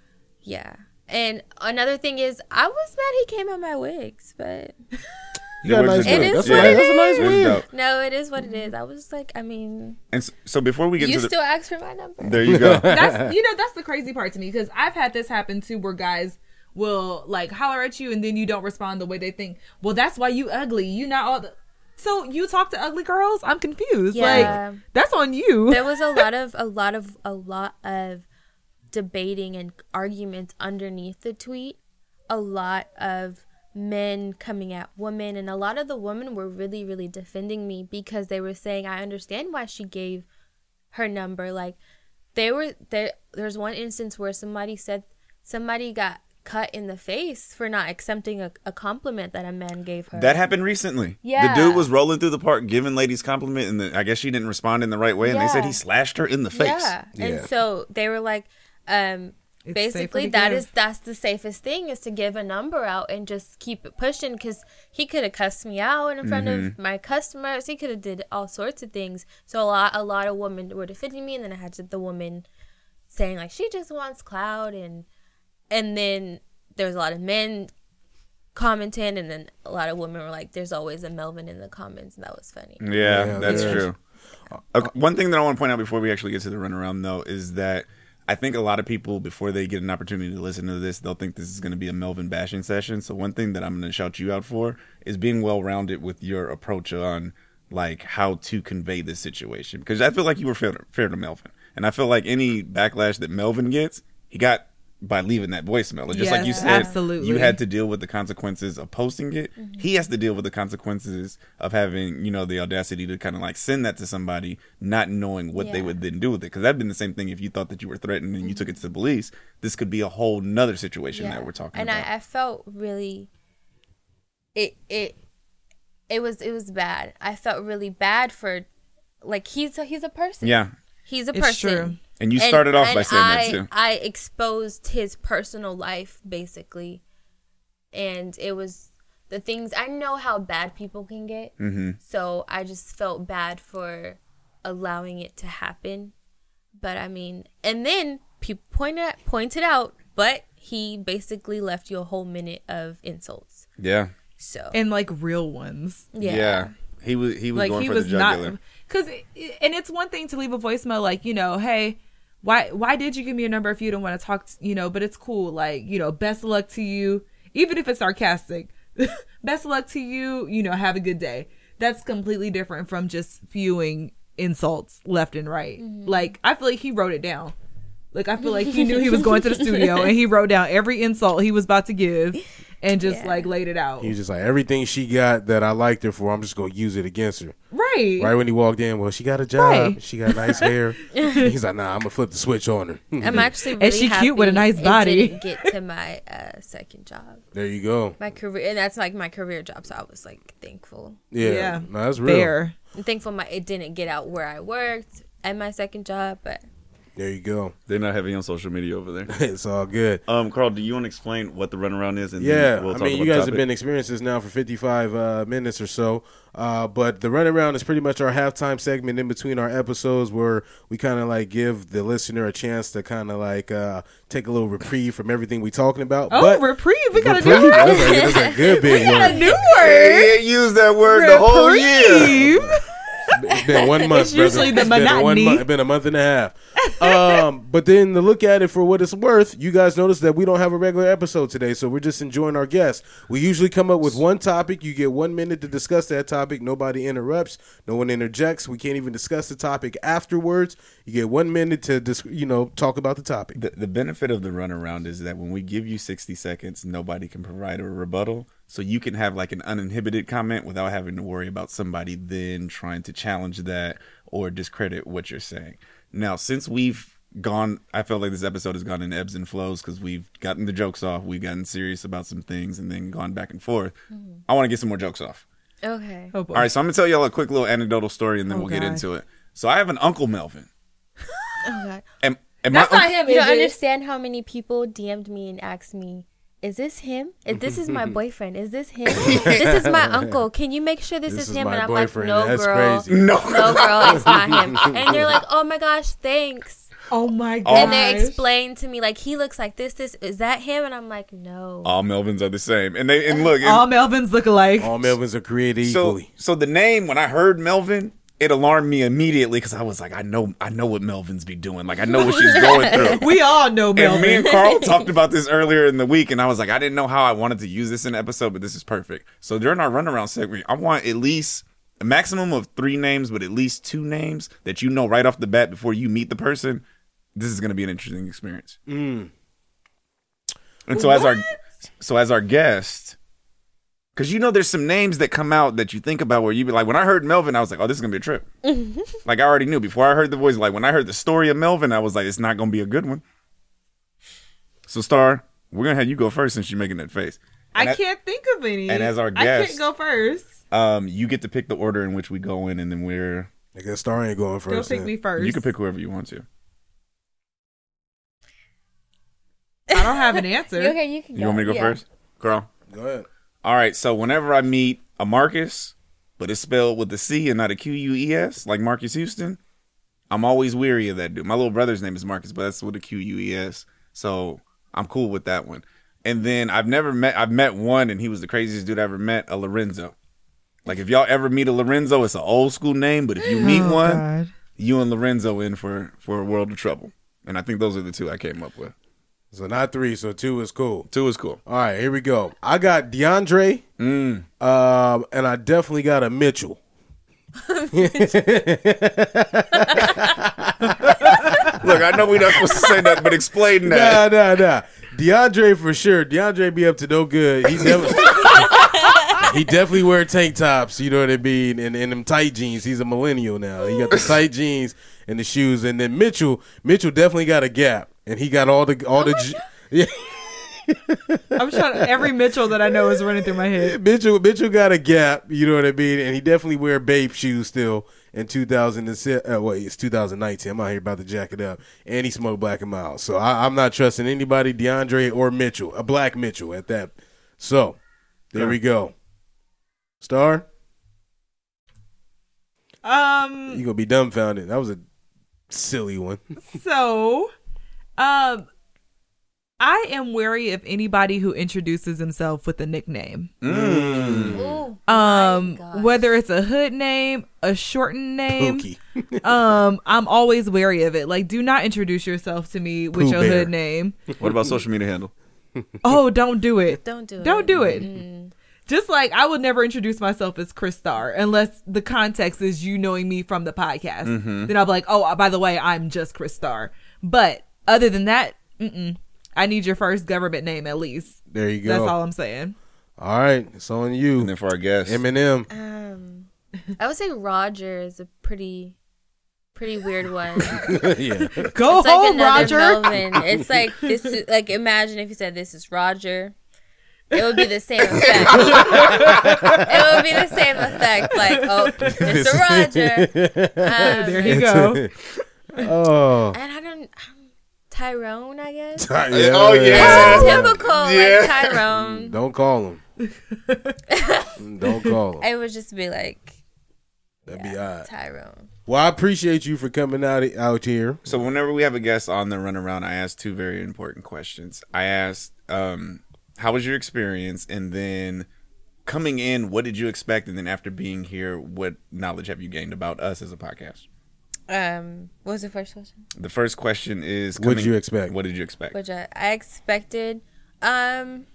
yeah and another thing is i was mad he came at my wigs but
You got
It
a
is
nice wig. That's,
what
a,
it
that's a nice
It was
wig.
dope.
no it is what it is i was just like i mean
And so, so before we get
you
to the.
still ask for my number
there you go.
that's you know that's the crazy part to me because I've had this happen too where guys will like holler at you and then you don't respond the way they think. Well, that's why you ugly. You not all. The- so you talk to ugly girls? I'm confused.
Yeah.
Like that's on you.
there was a lot of a lot of a lot of debating and arguments underneath the tweet a lot of men coming at women and a lot of the women were really really defending me because they were saying i understand why she gave her number like they were there there's one instance where somebody said somebody got cut in the face for not accepting a, a compliment that a man gave her
That happened recently.
yeah
The dude
was.
was rolling through the park giving ladies compliment, and then I guess she didn't respond in the right way, and they said
Yeah.
he slashed her in the face.
Yeah.
Yeah.
And so they were like, um,
It's safer
basically
to
that
give.
is that's the safest thing is to give a number out and just keep it pushing because he could have cussed me out in front
Mm-hmm.
of my customers. He could have did all sorts of things. So a lot a lot of women were defending me, and then I had to, the woman saying like she just wants cloud and and then there was a lot of men commenting and then a lot of women were like there's always a melvin in the comments and that was funny
Yeah,
Yeah,
that's
there is.
true. Uh, Okay, one thing that I want to point out before we actually get to the runaround, though, is that I think a lot of people, before they get an opportunity to listen to this, they'll think this is going to be a Melvin bashing session. So, one thing that I'm going to shout you out for is being well rounded with your approach on like how to convey this situation. Because I feel like you were fair to, fair to Melvin. And I feel like any backlash that Melvin gets, he got by leaving that voicemail. And just like you
Yes,
said,
absolutely.
you had to deal with the consequences of posting it.
Mm-hmm.
He has to deal with the consequences of having, you know, the audacity to kind of like send that to somebody, not knowing what they
Yeah. Mm-hmm.
would then do with it. Because that'd been the same thing if you thought that you were threatened and you took it to the police. This could be a whole nother situation that we're talking
and
about.
I, I felt really it it it was it was bad. I felt really bad for Like he's a, he's a person.
Yeah.
he's a
It's
person.
true.
And you
And-
started off by
and
saying
I,
that too.
I exposed his personal life basically, and it was the things I know how bad people can get.
Mm-hmm.
So I just felt bad for allowing it to happen. But I mean, and then people pointed pointed out, but he basically left you a whole minute of insults.
Yeah.
So
and like real ones.
yeah.
yeah,
He was he was
like
going
he
for
was
the
not
jugular.
because and it's one thing to leave a voicemail like you know hey why why did you give me a number if you don't want to talk t- you know but it's cool like you know best of luck to you even if it's sarcastic best of luck to you you know have a good day that's completely different from just spewing insults left and right like i feel like he wrote it down like i feel like he knew he was going to the studio and he wrote down every insult he was about to give and just like laid it out
He's just like everything she got that I liked her for. I'm just gonna use it against her.
right
Right when he walked in, well, she got a job.
Right.
She got nice hair. He's like, nah, I'm gonna flip the switch on her.
Mm-hmm.
I'm actually really
she cute with a
happy
nice
it
body.
didn't get to my uh, second job,
there you go.
my career, and that's like my career job. So I was like thankful.
Yeah,
Yeah.
No, that's real.
there
I'm thankful my it didn't get out where I worked at my second job, but
There you go.
They're not heavy on social media over there.
It's all good.
Um, Carl, do you want to explain what the runaround is? And
Yeah,
then we'll
I
talk
mean,
about
you guys
the
have
topic?
been experiencing this now for 55 uh, minutes or so. Uh, but the runaround is pretty much our halftime segment in between our episodes where we kind of like give the listener a chance to kind of like uh, take a little reprieve from everything we're talking about.
oh
but
reprieve we got a
reprieve,
new
that's, a, that's a good big
got a
one.
new word.
He used that word the whole year.
Reprieve.
It's been one month.
It's usually
brother.
the
It's been,
monotony.
month- it's been a month and a half. Um, but then to look at it for what it's worth, you guys notice that we don't have a regular episode today, so we're just enjoying our guests. We usually come up with one topic. You get one minute to discuss that topic. Nobody interrupts. No one interjects. We can't even discuss the topic afterwards. You get one minute to dis- you know talk about the topic.
The, the benefit of the runaround is that when we give you 60 seconds, nobody can provide a rebuttal. So you can have like an uninhibited comment without having to worry about somebody then trying to challenge that or discredit what you're saying. Now, since we've gone, I felt like this episode has gone in ebbs and flows because we've gotten the jokes off, we've gotten serious about some things, and then gone back and forth.
Mm-hmm.
I want to get some more jokes off.
okay.
Oh boy.
All right, so I'm going to tell y'all a quick little anecdotal story and then
Oh,
we'll get
God.
into it. So I have an Uncle Melvin.
Oh God.
And, and
That's
my
not
unc-
him.
You
is
don't
it?
understand how many people DM'd me and asked me, "Is this him? Is this is my boyfriend? Is this him? this is my uncle. Can you make sure this,
This
is,
is
him?"
my
And I'm
boyfriend.
like, "No,
That's
girl.
crazy.
No.
No, girl, it's not him." And they're like, "Oh my gosh, thanks."
Oh my god.
And they explained to me like he looks like this. This is that him? And I'm like, "No."
all Melvins are the same. And they and look, and
all Melvins look alike.
All Melvins are created
so
equally.
so the name when I heard Melvin, it alarmed me immediately because I was like, I know I know what Melvin's be doing. Like I know what she's going through.
We all know
And me
Melvin.
and Carl talked about this earlier in the week, and I was like, I didn't know how I wanted to use this in the episode, but this is perfect. So during our runaround segment, I want at least a maximum of three names, but at least two names that you know right off the bat before you meet the person. This is going to be an interesting experience. And so as our so as our guest, because you know there's some names that come out that you think about where you be like, when I heard Melvin, I was like, oh, this is gonna be a trip. like I already knew before I heard the voice. Like when I heard the story of Melvin, I was like, it's not gonna be a good one. So Star, we're gonna have you go first since you're making that face.
I
and I-
can't think of any.
and as our
I
guest-
can't go first.
Um, you get to pick the order in which we go in, and then we're
I guess Star ain't going
Go
first.
pick
then.
me first.
you can pick whoever you want to.
I don't have an answer.
You- okay, you can.
You want me to go
Yeah.
first, girl?
Go ahead.
All right. So whenever I meet a Marcus, but it's spelled with a C and not a Q U E S, like Marcus Houston, I'm always weary of that dude. My little brother's name is Marcus, but that's with a Q U E S. So I'm cool with that one. And then I've never met. I've met one, and he was the craziest dude I ever met. A Lorenzo. Like if y'all ever meet a Lorenzo, it's an old school name, but if you meet
Oh,
one, you and Lorenzo in for for a world of trouble. And I think those are the two I came up with.
So not three, so two is cool.
Two is cool.
All right, here we go. I got DeAndre, um, and I definitely got a Mitchell.
Look, I know we're not supposed to say that, but explain that.
Nah, nah, nah. DeAndre for sure. DeAndre be up to no good. He never. he definitely wear tank tops. You know what I mean, and and them tight jeans. He's a millennial now. He got the tight jeans and the shoes. And then Mitchell, Mitchell definitely got a gap, and he got all the all the. ju- Yeah.
I'm trying. To, every Mitchell that I know is running through my head.
Mitchell Mitchell got a gap, you know what I mean, and he definitely wear babe shoes still in 2007. Uh, wait, it's 2019. I'm out here about to jack it up, and he smoked black and mild. So I, I'm not trusting anybody, DeAndre or Mitchell, a black Mitchell at that. So there we go. Star,
Um.
you gonna be dumbfounded. That was a silly one.
So, um, I am wary of anybody who introduces himself with a nickname.
Ooh,
Um,
my gosh.
whether it's a hood name, a shortened name,
Pookie.
um, I'm always wary of it. Like, do not introduce yourself to me with
Pooh
your
Bear.
hood name.
What about social media handle?
Oh, don't do it.
Don't do it.
Don't do it.
Mm.
Just like I would never introduce myself as Chris Starr unless the context is you knowing me from the podcast.
Mm-hmm.
Then I'll be like, oh, by the way, I'm just Chris Starr. But other than that, mm-mm, I need your first government name at least.
There you go.
That's all I'm saying.
all right, it's on you.
And then for our guest,
Eminem.
Um, I would say Roger is a pretty, pretty weird one.
yeah.
Go
it's like
home,
another
Oh, Roger.
Melvin. It's like this. Is, like imagine if you said this is Roger. It would be the same effect. it would be the same effect. Like, oh, Mr. Roger. Um,
There you go.
oh.
and I don't. um, Tyrone, I guess.
oh
That's typical, like Tyrone.
Don't call him. Don't call him.
It would just be like
That'd be odd.
Tyrone.
Well, I appreciate you for coming out out here.
So whenever we have a guest on the runaround, I ask two very important questions. I asked, um, "How was your experience?" and then coming in, what did you expect? And then after being here, what knowledge have you gained about us as a podcast?
Um, what was the first question?
The first question is,
What did
coming-
you expect?
What did you expect?
Which I, I expected. Um,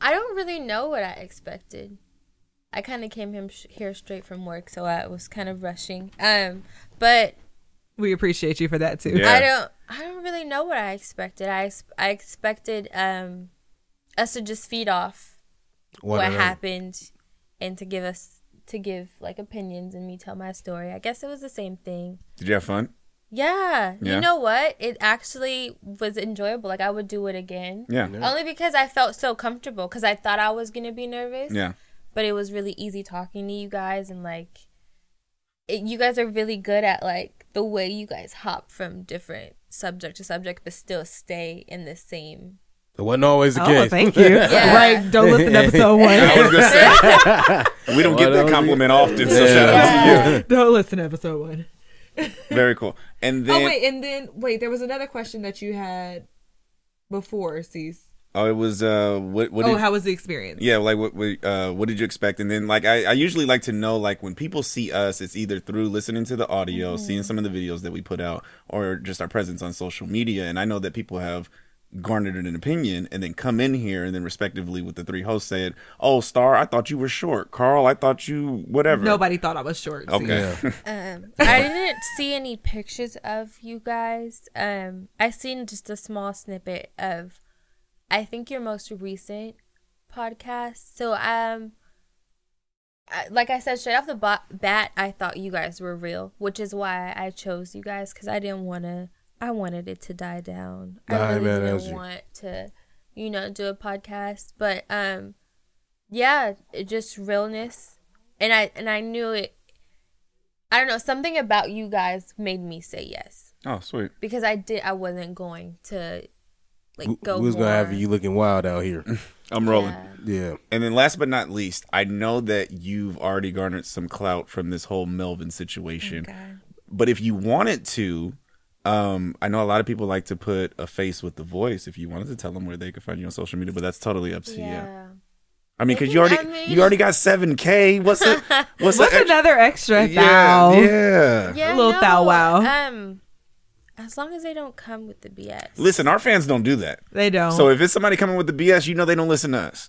I don't really know what I expected. I kind of came him sh- here straight from work, so I was kind of rushing. Um, but
We appreciate you for that too.
Yeah.
I don't. I don't really know what I expected. I ex- I expected um us to just feed off
One
what
and only.
happened and to give us to give like opinions and me tell my story. I guess it was the same thing.
Did you have fun?
Yeah.
Yeah.
You know what? It actually was enjoyable. Like I would do it again.
Yeah,
Only because I felt so comfortable cuz I thought I was going to be nervous.
yeah.
But it was really easy talking to you guys and like it, you guys are really good at like the way you guys hop from different subject to subject but still stay in the same.
It wasn't always the
Oh,
case.
thank you.
Yeah.
Right. Don't listen to episode
I
one.
was gonna say we don't get that compliment often, so shout out to
Don't listen to episode one.
you. Very cool. And then
oh, wait. And then, wait, there was another question that you had before, Cease.
oh, it was uh, what what?
Oh,
did-
how was the experience?
Yeah, like what what, uh, what did you expect? And then like I, I usually like to know like when people see us, it's either through listening to the audio, seeing some of the videos that we put out, or just our presence on social media. And I know that people have garnered an opinion and then come in here and then respectively with the three hosts said, Oh, Star, I thought you were short. Carl, I thought you whatever.
Nobody thought I was short. Cease.
Okay.
Um I didn't see any pictures of you guys. Um I seen just a small snippet of I think your most recent podcast. So um I- like I said straight off the bo- bat I thought you guys were real, which is why I chose you guys cuz I didn't want to I wanted it to die down.
Nah,
I really
man, that was
didn't
you.
want to you know do a podcast, but um yeah, it just realness and I and I knew it I don't know, something about you guys made me say yes
Oh, sweet.
because I did I wasn't going to like
Who-
go
Who's
more.
gonna have you looking wild out here?
I'm rolling.
Yeah.
And then last but not least, I know that you've already garnered some clout from this whole Melvin situation. but if you wanted to, um, I know a lot of people like to put a face with the voice. If you wanted to tell them where they could find you on social media, but that's totally up to
Yeah.
you. I mean, because you already
I mean-
you already got seven k. What's it?
What's
What's, the ex-
another extra
Yeah,
thou?
yeah.
Yeah,
Little
no,
thou wow.
Um as long as they don't come with the BS.
Listen, our fans don't do that.
They don't.
So if it's somebody coming with the BS, you know they don't listen to us.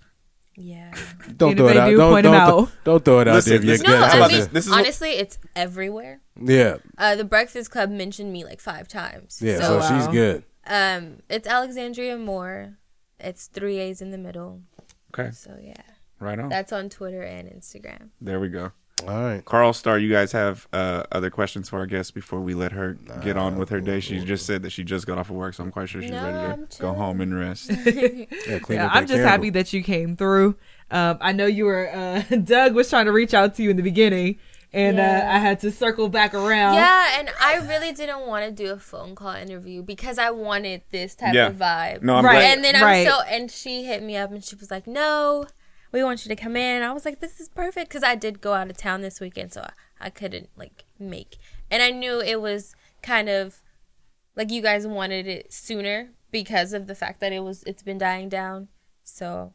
yeah.
Don't
if
throw it
they
out.
do,
don't,
point
don't,
'em
th-
out.
don't throw it out
Listen,
there if you're
listen,
No,
Yeah,
against
so
I
like
us.
mean,
this- this is what-
honestly, it's everywhere.
Yeah.
Uh, the Breakfast Club mentioned me like five times.
Yeah.
So,
So, she's
wow.
good.
um, it's Alexandria Moore. It's three A's in the middle.
Okay,
So yeah,
right on.
that's on Twitter and Instagram.
There we go.
All right.
Carl Star, you guys have uh, other questions for our guest before we let her get on with her day. She just said that she just got off of work, so I'm quite sure she's
No,
ready to
I'm
go
chilling.
home and rest.
Yeah, clean
Yeah,
up
I'm
that
just
candle.
happy that you came through. Um, I know you were uh, Doug was trying to reach out to you in the beginning, and
Yeah.
uh, I had to circle back
Oh.
around.
Yeah, and I really didn't want to do a phone call interview because I wanted this type
Yeah.
of vibe.
No, I'm
Right.
glad.
and then
Right.
I'm so and she hit me up and she was like, "No, we want you to come in." I was like, "This is perfect" because I did go out of town this weekend, so I, I couldn't like make. And I knew it was kind of like you guys wanted it sooner because of the fact that it was it's been dying down. So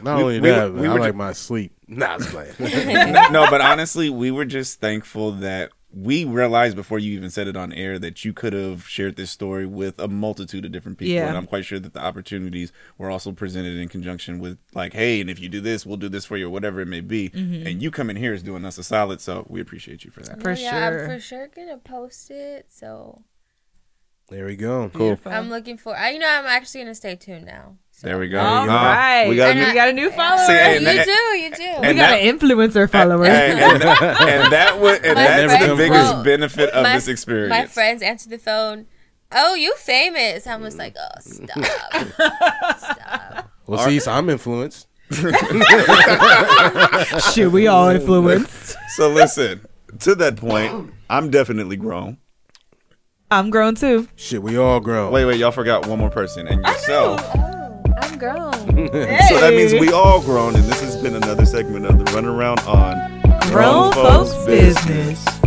Not
We-
only
we
that,
were-
but
we
I
were
like
ju-
my sleep. Nah, I was playing.
no, but honestly, we were just thankful that we realized before you even said it on air that you could have shared this story with a multitude of different people.
Yeah.
And I'm quite sure that the opportunities were also presented in conjunction with, like, hey, and if you do this, we'll do this for you, or whatever it may be.
Mm-hmm.
And you coming here is doing us a solid. So we appreciate you for that.
For
yeah,
sure.
I'm for sure gonna post it. So
there we go.
Cool.
I'm looking for. I you know I'm actually gonna stay tuned now. So.
There we go.
All
Uh,
right.
We got a
And
new-
I- got a new follower.
See,
Yeah,
and
Oh, you
that-
do, you do.
we
and
got
that-
an influencer follower.
and, and that, and that was and
My
that's
friend-
the biggest
Well,
benefit of
my-
this experience.
My friends answered the phone. Oh, you famous? I was like, oh, stop.
Well, see, so I'm influenced.
Shoot, we all influenced.
So listen, to that point, I'm definitely grown.
I'm grown too.
Shit, we all grow.
Wait, wait, y'all forgot one more person and yourself.
Oh, I'm grown.
So that means we all grown, and this has been another segment of the Runaround on
grown folks business.